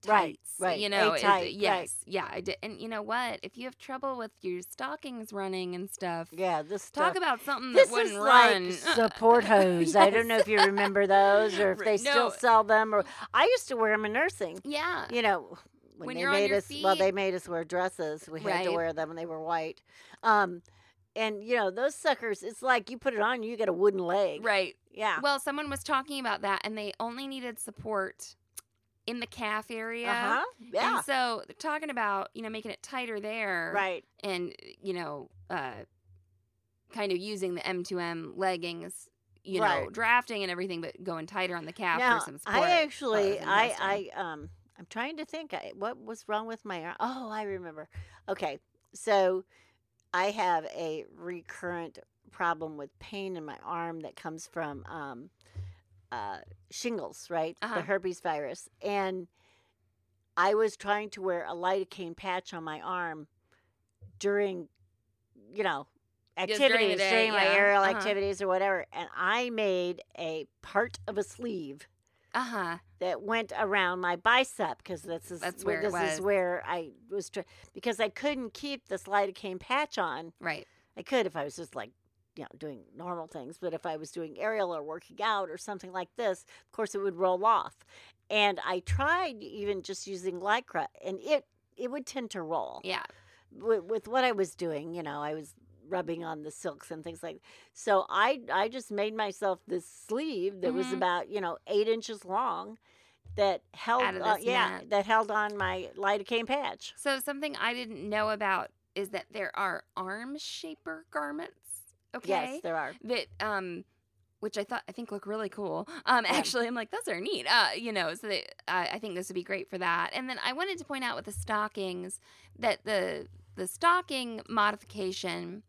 C: Right,
A: tights.
C: right,
A: You
C: a
A: know, it-
C: tight, right.
A: yes, yeah, I did. And you know what? If you have trouble with your stockings running and stuff,
C: Yeah, this
A: talk
C: stuff-
A: about something
C: this
A: that wouldn't
C: is
A: run.
C: like support hose. I don't know if you remember those or if
A: Right,
C: they still
A: no.
C: sell them. Or I used to wear them in nursing.
A: Yeah.
C: You know, when,
A: When
C: they
A: you're on
C: made
A: your
C: us well, they
A: feet.
C: made us wear dresses. We had to
A: Right.
C: wear them, and they were white. Um, and you know those suckers. It's like you put it on, you get a wooden leg.
A: Right.
C: Yeah.
A: Well, someone was talking about that, and they only needed support in the calf area.
C: Uh huh. Yeah.
A: And so they're talking about you know making it tighter there,
C: Right.
A: And you know, uh, kind of using the M2M leggings, you know,
C: Right.
A: drafting and everything, but going tighter on the calf
C: now,
A: for some uh, support.
C: I actually,
A: was
C: I, I, um, I'm trying to think. I, what was wrong with my arm? Oh, I remember. Okay, so I have a recurrent problem with pain in my arm that comes from um, uh, shingles, right?
A: Uh-huh.
C: The herpes virus, and I was trying to wear a lidocaine patch on my arm during, you know,
A: Just
C: activities
A: during the
C: during,
A: day,
C: my
A: yeah.
C: aerial
A: Uh-huh.
C: activities or whatever, and I made a part of a sleeve
A: uh huh.
C: that went around my bicep because this is
A: That's
C: where
A: where it
C: this is
A: was.
C: where I was tr- because I couldn't keep this lidocaine patch on.
A: Right.
C: I could if I was just like you know doing normal things, but if I was doing aerial or working out or something like this, of course it would roll off. And I tried even just using lycra, and it it would tend to roll
A: Yeah.
C: with, with what I was doing, you know, I was rubbing on the silks and things like. So I I just made myself this sleeve that was
A: Mhm.
C: about you know eight inches long, that held
A: Out of
C: on-
A: this
C: yeah
A: mat.
C: that held on my lidocaine patch.
A: So something I didn't know about is that there are arm shaper garments. Okay.
C: Yes, there are.
A: that um which I thought I think look really cool. Um, actually, I'm like those are neat. Uh, you know, so that uh, I think this would be great for that. And then I wanted to point out with the stockings that the the stocking modification.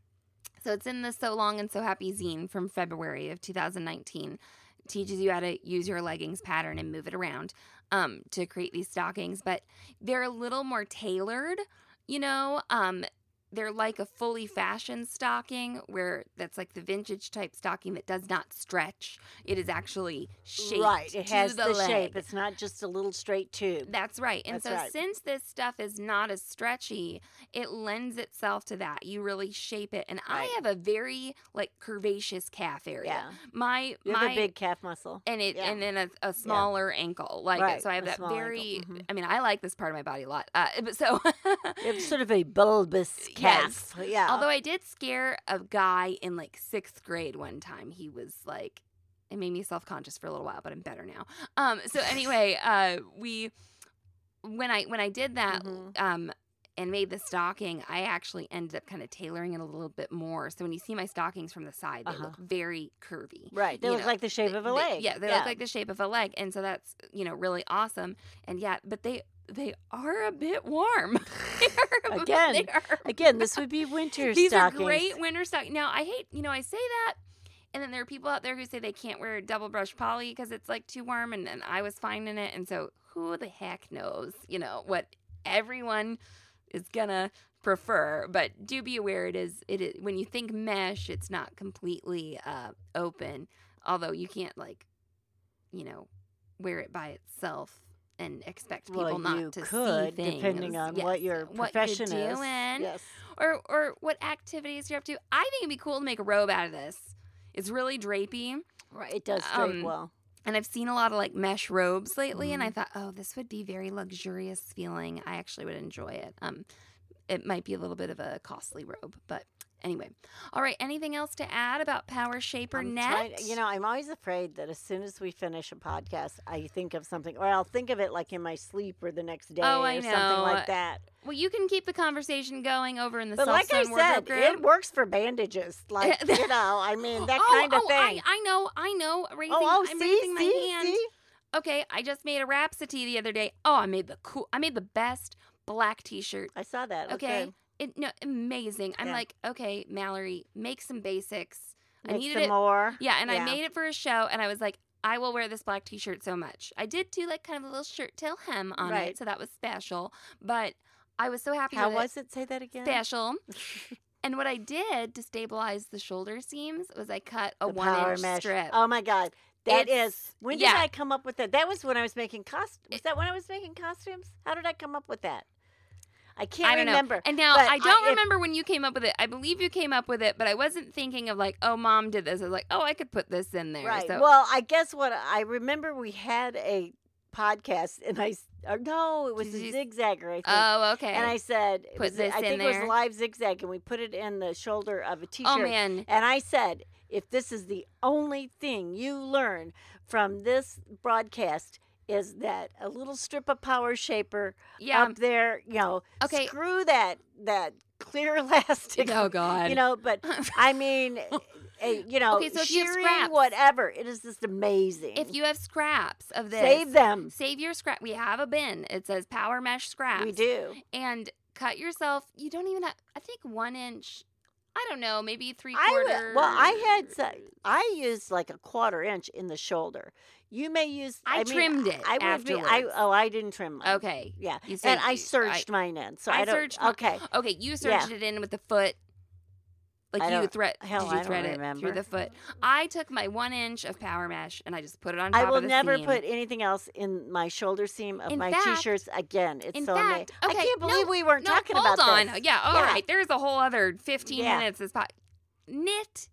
A: So it's in the So Long and So Happy zine from February of 2019. Teaches you how to use your leggings pattern and move it around um, to create these stockings, but they're a little more tailored. You know, um, they're like a fully fashioned stocking where that's like the vintage type stocking that does not stretch. It is actually shaped.
C: right, it
A: to
C: has
A: the,
C: the, shape.
A: leg.
C: It's not just a little straight tube.
A: That's right. And
C: That's
A: so
C: right.
A: since this stuff is not as stretchy, it lends itself to that. You really shape it. And I
C: Right.
A: have a very like curvaceous calf area.
C: yeah,
A: My
C: you have
A: my
C: a big calf muscle.
A: and it
C: yeah.
A: and then a, a smaller ankle like
C: Right,
A: it. so I have
C: a
A: that
C: small ankle,
A: very
C: mhm.
A: I mean I like this part of my body a lot uh, but so
C: It's sort of a bulbous
A: Yes.
C: calf. Yeah.
A: Although I did scare a guy in like sixth grade one time. He was like, it made me self conscious for a little while, but I'm better now. Um. So anyway, uh, we when I when I did that,
C: Mhm.
A: um. And made the stocking. I actually ended up kind of tailoring it a little bit more. So when you see my stockings from the side, they look very curvy.
C: right, they
A: you
C: look
A: know,
C: like the Uh-huh. shape of a
A: They-
C: leg.
A: yeah, they look like the shape of a leg, and so that's you know really awesome. And yeah, but they they are a bit warm. They are a-
C: Again,
A: they are
C: Again, this would be winter
A: these
C: stockings.
A: are great winter stockings. Now I hate, you know, I say that, and then there are people out there who say they can't wear double brush poly because it's like too warm, and, and I was fine in it, and so who the heck knows, you know, what everyone is gonna prefer. But do be aware, it is it is when you think mesh, it's not completely uh, open, although you can't like, you know, wear it by itself. And expect people
C: well,
A: not
C: you
A: to see
C: could,
A: things.
C: depending on
A: Yes,
C: what your profession
A: you're
C: is.
A: doing
C: Yes.
A: or or what activities you're up to. I think it'd be cool to make a robe out of this. It's really drapey,
C: Right. It does drape
A: Um,
C: well.
A: and I've seen a lot of like mesh robes lately,
C: Mm-hmm.
A: and I thought, oh, this would be very luxurious feeling. I actually would enjoy it. Um, it might be a little bit of a costly robe, but anyway. All right, anything else to add about Power Shaper
C: I'm
A: Net?
C: trying- you know, I'm always afraid that as soon as we finish a podcast, I think of something, or I'll think of it like in my sleep or the next day
A: Oh,
C: or
A: I
C: something
A: know.
C: like that.
A: well, you can keep the conversation going over in the
C: But like I
A: Self-Sewn
C: said,
A: Wardrobe
C: it
A: group.
C: works for bandages. Like, you know, I mean, that
A: oh,
C: kind of
A: oh,
C: thing.
A: I, I know, I know. Raising,
C: oh, oh,
A: I'm
C: see,
A: raising my
C: see,
A: hand.
C: see?
A: Okay, I just made a Rhapsody the other day. Oh, I made the cool. I made the best black T-shirt.
C: I saw that. It looked
A: Okay,
C: good.
A: it, no, amazing. I'm
C: Yeah.
A: like, okay, Mallory, make some basics. I
C: Make
A: needed
C: some
A: it.
C: more.
A: Yeah, and I
C: Yeah.
A: made it for a show, and I was like, I will wear this black T-shirt so much. I did do like kind of a little shirt tail hem on it,
C: Right.
A: so that was special. But I was so happy.
C: How
A: with
C: was it? Say that
A: it?
C: again.
A: special? and what I did to stabilize the shoulder seams was I cut a
C: The
A: one
C: power
A: inch
C: mesh.
A: strip.
C: Oh my God, That is.
A: It's-
C: When
A: yeah.
C: did I come up with that? That was when I was making cost. Was that when I was making costumes? How did I come up with that? I can't
A: I don't
C: remember.
A: know. And now
C: but
A: I don't
C: if-
A: remember when you came up with it. I believe you came up with it, but I wasn't thinking of like, oh, mom did this. I was like, oh, I could put this in there.
C: Right.
A: So
C: Well, I guess what I remember we had a podcast, and I s- or no, it was
A: Did
C: a
A: you-
C: zigzagger, I think.
A: oh, okay.
C: and I said, it
A: Put
C: was-
A: this
C: I
A: in
C: think it
A: there.
C: was live zigzag, and we put it in the shoulder of a t-shirt.
A: oh man,
C: And I said, if this is the only thing you learn from this broadcast is that a little strip of power shaper
A: yeah.
C: up there, you know,
A: Okay.
C: screw that that clear elastic.
A: Oh god.
C: You know, but I mean, eh, you know,
A: Okay, so if you have
C: shearing,
A: scraps-
C: whatever. It is just amazing.
A: if you have scraps of this,
C: save them,
A: Save your scrap. We have a bin. It says power mesh scraps.
C: we do.
A: And cut yourself. You don't even have. I think one inch. I don't know. Maybe three
C: I
A: quarters.
C: w- well, I had s- I used like a quarter inch in the shoulder. You may use.
A: I
C: mean,
A: trimmed it
C: I would be. I
A: afterwards.
C: oh, I didn't trim mine.
A: Okay.
C: Yeah,
A: You said
C: and I
A: you-
C: searched mine in. So
A: I
C: I, don't.
A: searched my-
C: okay.
A: Okay, you
C: Yeah.
A: searched it in with the foot. Like
C: I
A: you
C: don't-
A: thread,
C: hell,
A: did
C: I
A: you
C: don't
A: thread it
C: remember.
A: through the foot? I took my one inch of power mesh and I just put it on top
C: I will
A: of the
C: never
A: seam.
C: put anything else in my shoulder seam of
A: In
C: my
A: fact-
C: t-shirts again. It's
A: in
C: so
A: fact,
C: ama-
A: okay,
C: I can't
A: no,
C: believe we weren't
A: no,
C: talking
A: hold
C: about
A: on. uh,
C: this.
A: Yeah, all
C: Yeah.
A: right. There's a whole other 15
C: Yeah.
A: minutes. This pot knit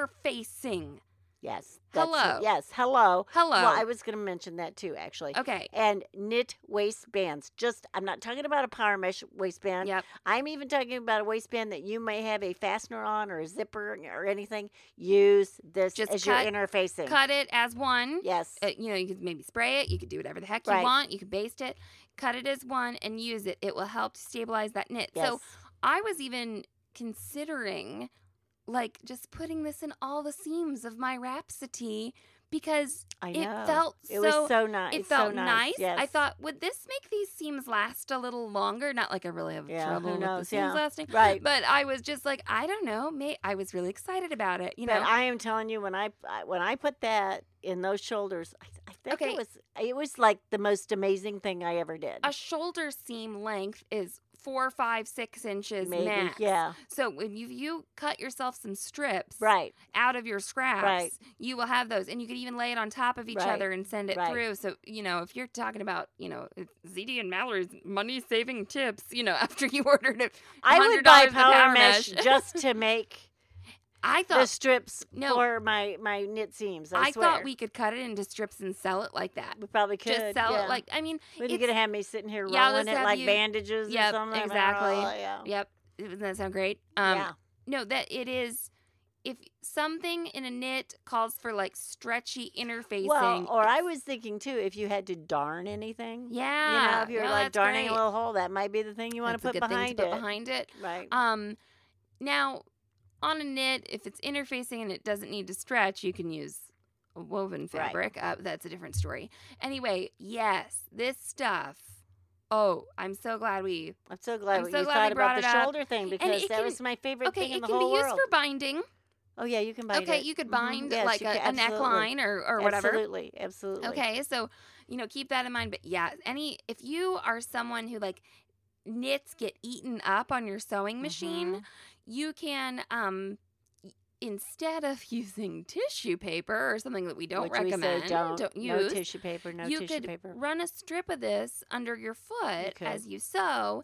A: interfacing.
C: Yes. that's what-
A: Hello.
C: yes. Hello.
A: Hello.
C: Well, I was going to mention that too, actually.
A: okay.
C: And knit waistbands. Just, I'm not talking about a power mesh waistband.
A: Yep.
C: I'm even talking about a waistband that you may have a fastener on or a zipper or anything. Use this
A: Just
C: as
A: cut-
C: your interfacing.
A: Cut it as one.
C: Yes.
A: Uh, you know, you could maybe spray it. You could do whatever the heck you
C: Right.
A: want. You could baste it. Cut it as one and use it. It will help to stabilize that knit.
C: yes.
A: So I was even considering like just putting this in all the seams of my Rhapsody because
C: I
A: it
C: know.
A: felt
C: It was
A: so-
C: so nice.
A: it
C: so
A: felt nice.
C: nice. Yes.
A: I thought, would this make these seams last a little longer? Not like I really have
C: Yeah, who
A: trouble with the
C: knows?
A: seams
C: Yeah.
A: lasting.
C: Right.
A: But I was just like, I don't know. May I was really excited about it. You know,
C: but I am telling you, when I I- when I put that in those shoulders, I, I think
A: Okay.
C: it was it was like the most amazing thing I ever did.
A: a shoulder seam length is four, five, six inches
C: Maybe,
A: max.
C: yeah,
A: So when you you cut yourself some strips
C: right,
A: out of your scraps,
C: Right.
A: you will have those, and you could even lay it on top of each
C: Right.
A: other and send it
C: Right.
A: through. So you know, if you're talking about you know ZD and Mallory's money saving tips, you know, after you ordered it,
C: I would
A: $100
C: buy
A: the
C: power,
A: power
C: mesh
A: mesh.
C: just to make
A: I thought
C: the strips
A: No.
C: for my my knit seams. I,
A: I
C: swear.
A: thought we could cut it into strips and sell it like that.
C: We probably could
A: Just sell
C: yeah.
A: it like I mean,
C: Then you're
A: it's-
C: gonna have me sitting here
A: Yeah,
C: rolling
A: let's
C: it
A: have
C: like
A: you-
C: bandages
A: Yep,
C: or something.
A: exactly.
C: Oh, yeah.
A: yep. Doesn't that sound great? Um,
C: yeah.
A: No, that it is. If something in a knit calls for like stretchy interfacing,
C: Well, or I was thinking too, if you had to darn anything,
A: yeah,
C: you know, if you're
A: no,
C: like
A: that's
C: darning
A: great.
C: a little hole, that might be the thing you want
A: That's a good
C: put
A: thing
C: behind
A: to put
C: it.
A: behind it.
C: Right.
A: Um, now on a knit, if it's interfacing and it doesn't need to stretch, you can use a woven
C: Right.
A: fabric. Uh, that's a different story. Anyway, yes, this stuff. Oh, I'm so glad we.
C: I'm so glad
A: I'm
C: what
A: so
C: you
A: glad we
C: thought
A: brought
C: about
A: it
C: the
A: up.
C: shoulder thing because
A: it
C: that
A: can-
C: was my favorite
A: Okay,
C: thing in
A: it
C: the
A: can be
C: whole
A: used
C: world.
A: for binding.
C: oh yeah, you can bind
A: okay,
C: it.
A: you could
C: Mhm.
A: bind
C: Yes,
A: like
C: you
A: a,
C: could-
A: a neckline
C: absolutely.
A: or or whatever.
C: Absolutely, absolutely.
A: Okay, so you know, keep that in mind. But yeah, any if you are someone who like knits get eaten up on your sewing machine,
C: Mhm.
A: you can um y- instead of using tissue paper or something that we don't
C: Which we say
A: recommend,
C: don't, no
A: use.
C: tissue paper, no
A: you
C: tissue
A: could
C: paper.
A: run a strip of this under your foot
C: could.
A: as you sew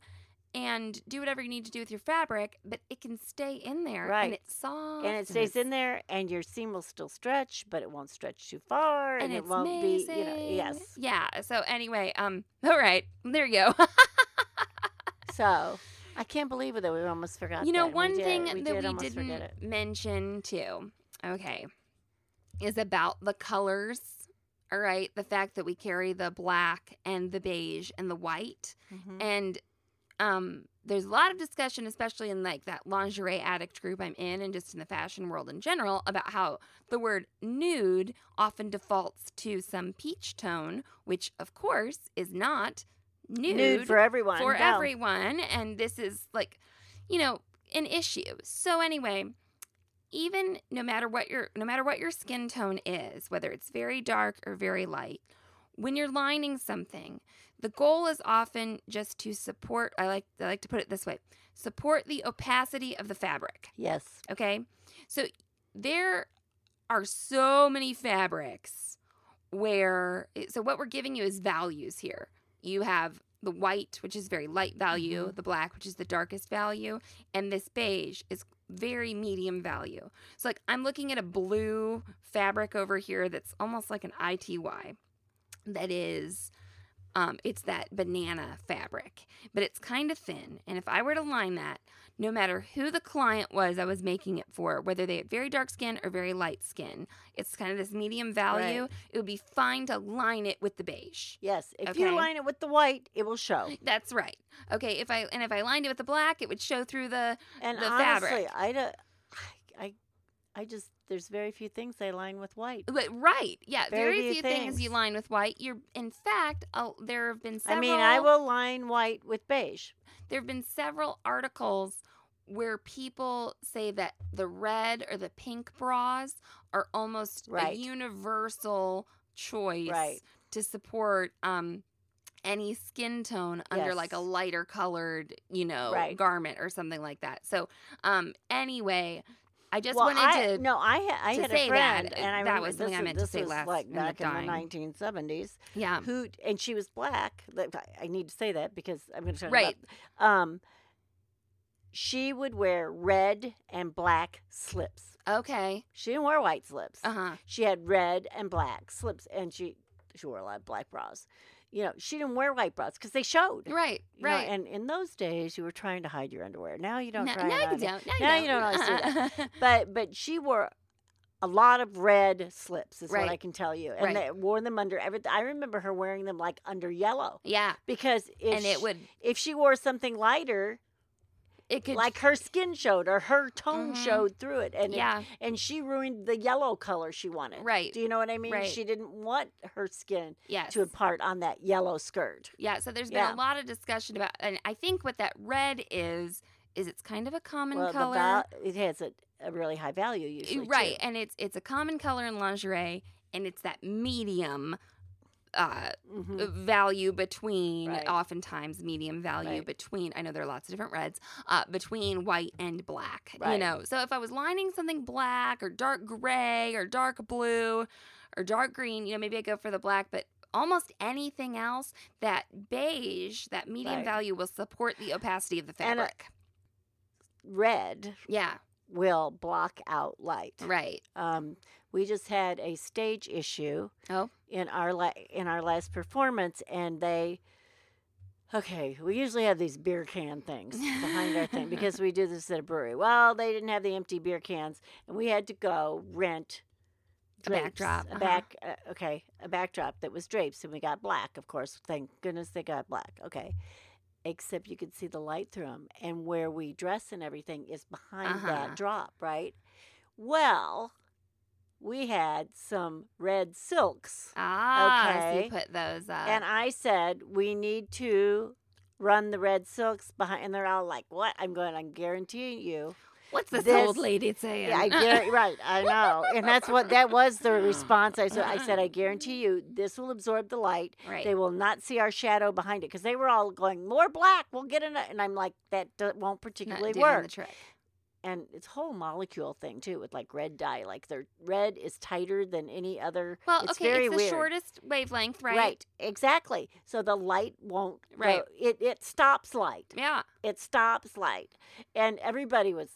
A: and do whatever you need to do with your fabric, but it can stay in there and
C: Right.
A: it's soft.
C: and it stays
A: it's-
C: in there, and your seam will still stretch, but it won't stretch too far, and, it
A: it's
C: won't be, you know,
A: amazing.
C: yes.
A: Yeah. So anyway, um, all right, there you go.
C: So I can't believe it that we almost forgot.
A: you know,
C: that. We
A: one
C: did.
A: thing
C: we
A: that
C: did
A: we
C: almost
A: didn't
C: forget it.
A: mention too, okay, is about the colors. All right, the fact that we carry the black and the beige and the white,
C: Mhm.
A: and um, there's a lot of discussion, especially in like that lingerie addict group I'm in, and just in the fashion world in general, about how the word nude often defaults to some peach tone, which of course is not nude,
C: Nude for everyone.
A: for
C: no.
A: everyone and this is like you know an issue so anyway even no matter what your no matter what your skin tone is whether it's very dark or very light when you're lining something the goal is often just to support i like i like to put it this way support the opacity of the fabric
C: Yes.
A: okay so there are so many fabrics where eh, so what we're giving you is values here. You have the white, which is very light value, the black, which is the darkest value, and this beige is very medium value. So like I'm looking at a blue fabric over here that's almost like an ITY that is um, it's that banana fabric, but it's kind of thin. And if I were to line that, no matter who the client was I was making it for, whether they had very dark skin or very light skin, it's kind of this medium value. It would be fine to line it with the beige.
C: Yes, if
A: Okay.
C: you line it with the white, it will show.
A: That's right. Okay, if I and if I lined it with the black, it would show through the
C: And
A: the
C: honestly,
A: fabric.
C: I don't. I, I, I just there's very few things I line with white.
A: but right. Yeah,
C: Very
A: very,
C: few
A: few things. you
C: things.
A: line with white. You're in fact, uh, there have been several
C: I mean, I will line white with beige.
A: there have been several articles where people say that the red or the pink bras are almost a
C: Right.
A: universal choice
C: Right.
A: to support um, any skin tone under like a
C: Yes.
A: lighter colored, you know,
C: Right.
A: garment or something like that. So, um, anyway, I just
C: well,
A: wanted
C: I,
A: to.
C: no, I had I
A: to
C: had
A: say
C: a
A: that,
C: friend,
A: uh,
C: and I
A: that
C: remember
A: was
C: this,
A: something I
C: was-
A: meant to
C: this
A: say
C: was
A: last
C: like
A: in the
C: back in
A: dime. Um
C: the 1970s.
A: Yeah.
C: Who and she was black. Like, I- I need to say that because I'm going to talk
A: Right.
C: about. Um, she would wear red and black slips.
A: Okay.
C: She didn't wear white slips.
A: Uh huh.
C: She had red and black slips, and she she wore a lot of black bras. You know, she didn't wear white bras because they showed.
A: Right.
C: you know,
A: Right.
C: and in those days, you were trying to hide your underwear. Now you don't.
A: No-
C: try
A: no,
C: it
A: you
C: on.
A: don't. No,
C: Now
A: you
C: you don't always do that.
A: Uh-uh.
C: But but she wore a lot of red slips, is what I
A: Right.
C: can tell you, and
A: Right.
C: they wore them under everything. I remember her wearing them like under yellow
A: yeah.
C: because if
A: And it
C: sh-
A: would,
C: if she wore something lighter,
A: it could.
C: like her skin showed or her tone
A: Mhm.
C: showed through it, and it-
A: yeah.
C: and she ruined the yellow color she wanted.
A: Right.
C: Do you know what I mean?
A: Right.
C: She didn't want her skin
A: Yes.
C: to impart on that yellow skirt.
A: Yeah, so there's been a
C: Yeah.
A: lot of discussion about, and I think what that red is is it's kind of a common
C: well,
A: color, E,
C: The val- it has a, a really high value usually.
A: right?
C: too.
A: And it's it's a common color in lingerie, and it's that medium uh,
C: Mhm.
A: value between,
C: Right.
A: oftentimes medium value
C: Right.
A: between. I know there are lots of different reds uh, between white and black. You
C: Right.
A: know, so if I was lining something black or dark gray or dark blue or dark green, you know, maybe I go for the black, but almost anything else that beige that medium
C: Right.
A: value will support the opacity of the
C: And, uh,
A: fabric
C: Red
A: yeah
C: will block out light.
A: right
C: Um, we just had a stage issue
A: oh
C: in our la- in our last performance, and they. Okay, we usually have these beer can things behind our thing because we do this at a brewery. Well, they didn't have the empty beer cans, and we had to go rent
A: A
C: drapes,
A: backdrop,
C: a
A: uh-huh.
C: back, uh, okay, a backdrop that was drapes, and we got black, of course. Thank goodness they got black. Okay, except you could see the light through them, and where we dress and everything is behind
A: Uh-huh.
C: that drop, right? Well, we had some red silks.
A: ah so you
C: Okay.
A: put those uh, up
C: And I said, we need to run the red silks behind. And they're all like, what? I'm going, I'm guaranteeing you.
A: what's this,
C: this-
A: old lady saying
C: Yeah, I guarantee, right. I know. And that's what, that was the response. I said, I said, I guarantee you, this will absorb the light.
A: right
C: They will not see our shadow behind it because they were all going more black. We'll get in it, and I'm like, that do- won't
A: Not
C: particularly
A: doing the
C: work.
A: trick
C: And it's a whole molecule thing too, with like red dye. Like their red is tighter than any other.
A: Well,
C: it's
A: okay,
C: very
A: it's the
C: weird.
A: shortest wavelength, right?
C: exactly. So the light won't. go-
A: Right.
C: it it stops light.
A: Yeah.
C: It stops light, and everybody was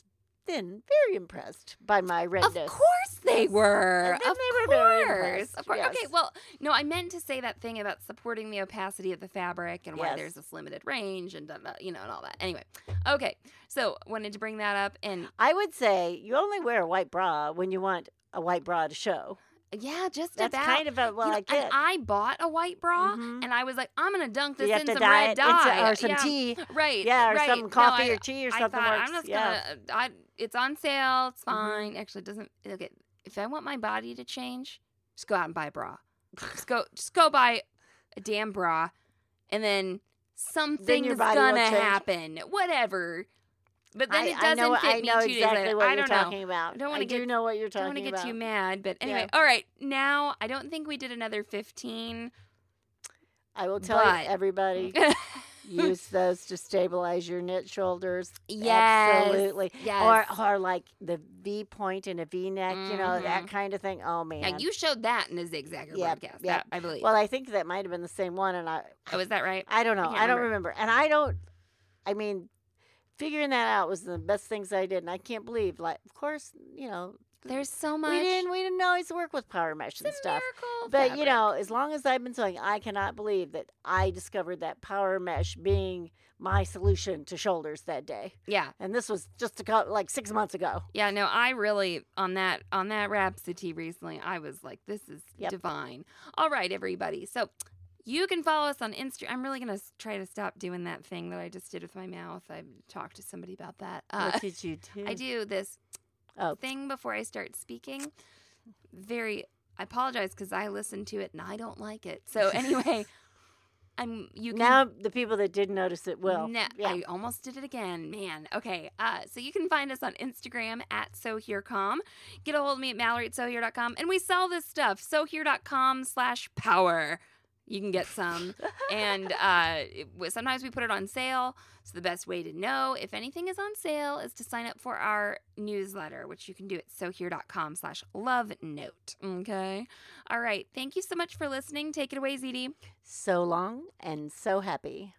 C: then very impressed by my
A: Of
C: redness.
A: course they
C: Yes.
A: were.
C: And then
A: of
C: they were very
A: course.
C: impressed,
A: Of course. Okay,
C: yes.
A: well, no, I meant to say that thing about supporting the opacity of the fabric and why
C: Yes.
A: there's this limited range and da- da- you know and all that. Anyway. Okay. So, wanted to bring that up and
C: I would say you only wear a white bra when you want a white bra to show.
A: yeah, just
C: That's
A: about
C: kind of a well,
A: you know,
C: I get.
A: and I bought a white bra
C: Mhm.
A: and I was like, I'm going to dunk this
C: you have
A: in
C: to
A: some
C: dye
A: red
C: it into-
A: dye
C: or some
A: yeah.
C: tea.
A: Right.
C: Yeah, or
A: right.
C: some
A: No,
C: coffee
A: I-
C: or tea or
A: I
C: something.
A: thought
C: works.
A: I'm just
C: yeah. Mm-hmm.
A: gonna. uh, I it's on sale. It's fine. Actually, it doesn't. Okay, if I want my body to change, just go out and buy a bra. just go. Just go buy a damn bra, and then something
C: your
A: is
C: body will
A: gonna
C: change.
A: happen. Whatever. But then
C: I,
A: it
C: I
A: doesn't
C: know,
A: fit
C: I
A: me
C: know
A: two days
C: exactly
A: later.
C: what
A: I
C: you're
A: don't know.
C: talking about.
A: I don't wanna
C: do
A: get-
C: know what you're
A: I don't
C: talking
A: want to
C: about.
A: get you mad, but anyway,
C: Yeah.
A: all right. Now I don't think we did another fifteen.
C: I will tell
A: but-
C: you, everybody. use those to stabilize your knit shoulders.
A: Yes,
C: Absolutely.
A: yes.
C: Or, oh, or like the V point and a V neck, you know, that kind of thing. Oh, man.
A: Now Mm-hmm. you showed that in the Zigzagger
C: Yep,
A: podcast,
C: yep.
A: that, I believe.
C: well, I think that might have been the same one. And I,
A: oh, is that right?
C: I don't know.
A: can't
C: I, don't remember. And I don't, I mean, figuring that out was the best things I did. And I can't believe, like, of course, you know,
A: There's so much.
C: we didn't, we didn't always work with power mesh and
A: It's a
C: stuff.
A: miracle
C: But you
A: fabric.
C: know, as long as I've been sewing, I cannot believe that I discovered that power mesh being my solution to shoulders that day.
A: yeah,
C: And this was just a couple, like six months ago.
A: yeah. No, I really on that on that Rhapsody recently. I was like, this is
C: Yep.
A: divine. All right, everybody. So you can follow us on Instagram. I'm really gonna s- try to stop doing that thing that I just did with my mouth. I talked to somebody about that. Uh,
C: what did you do?
A: I do this
C: Oh,
A: thing before I start speaking. Very, I apologize because I listened to it and I don't like it. So anyway, I'm you can
C: now the people that did notice it will.
A: No,
C: yeah.
A: I almost did it again, man. Okay, uh, so you can find us on Instagram at SoHereCom. Get a hold of me at Mallory at SoHere.com. And we sell this stuff, SoHere.com slash power. You can get some. and uh, it- w- sometimes we put it on sale. So the best way to know if anything is on sale is to sign up for our newsletter, which you can do at SoHere.com slash love note. Okay. All right. Thank you so much for listening. Take it away, ZD.
C: so long and so happy.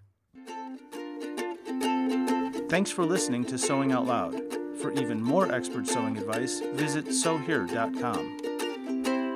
B: Thanks for listening to Sewing Out Loud. For even more expert sewing advice, visit sewhere.com.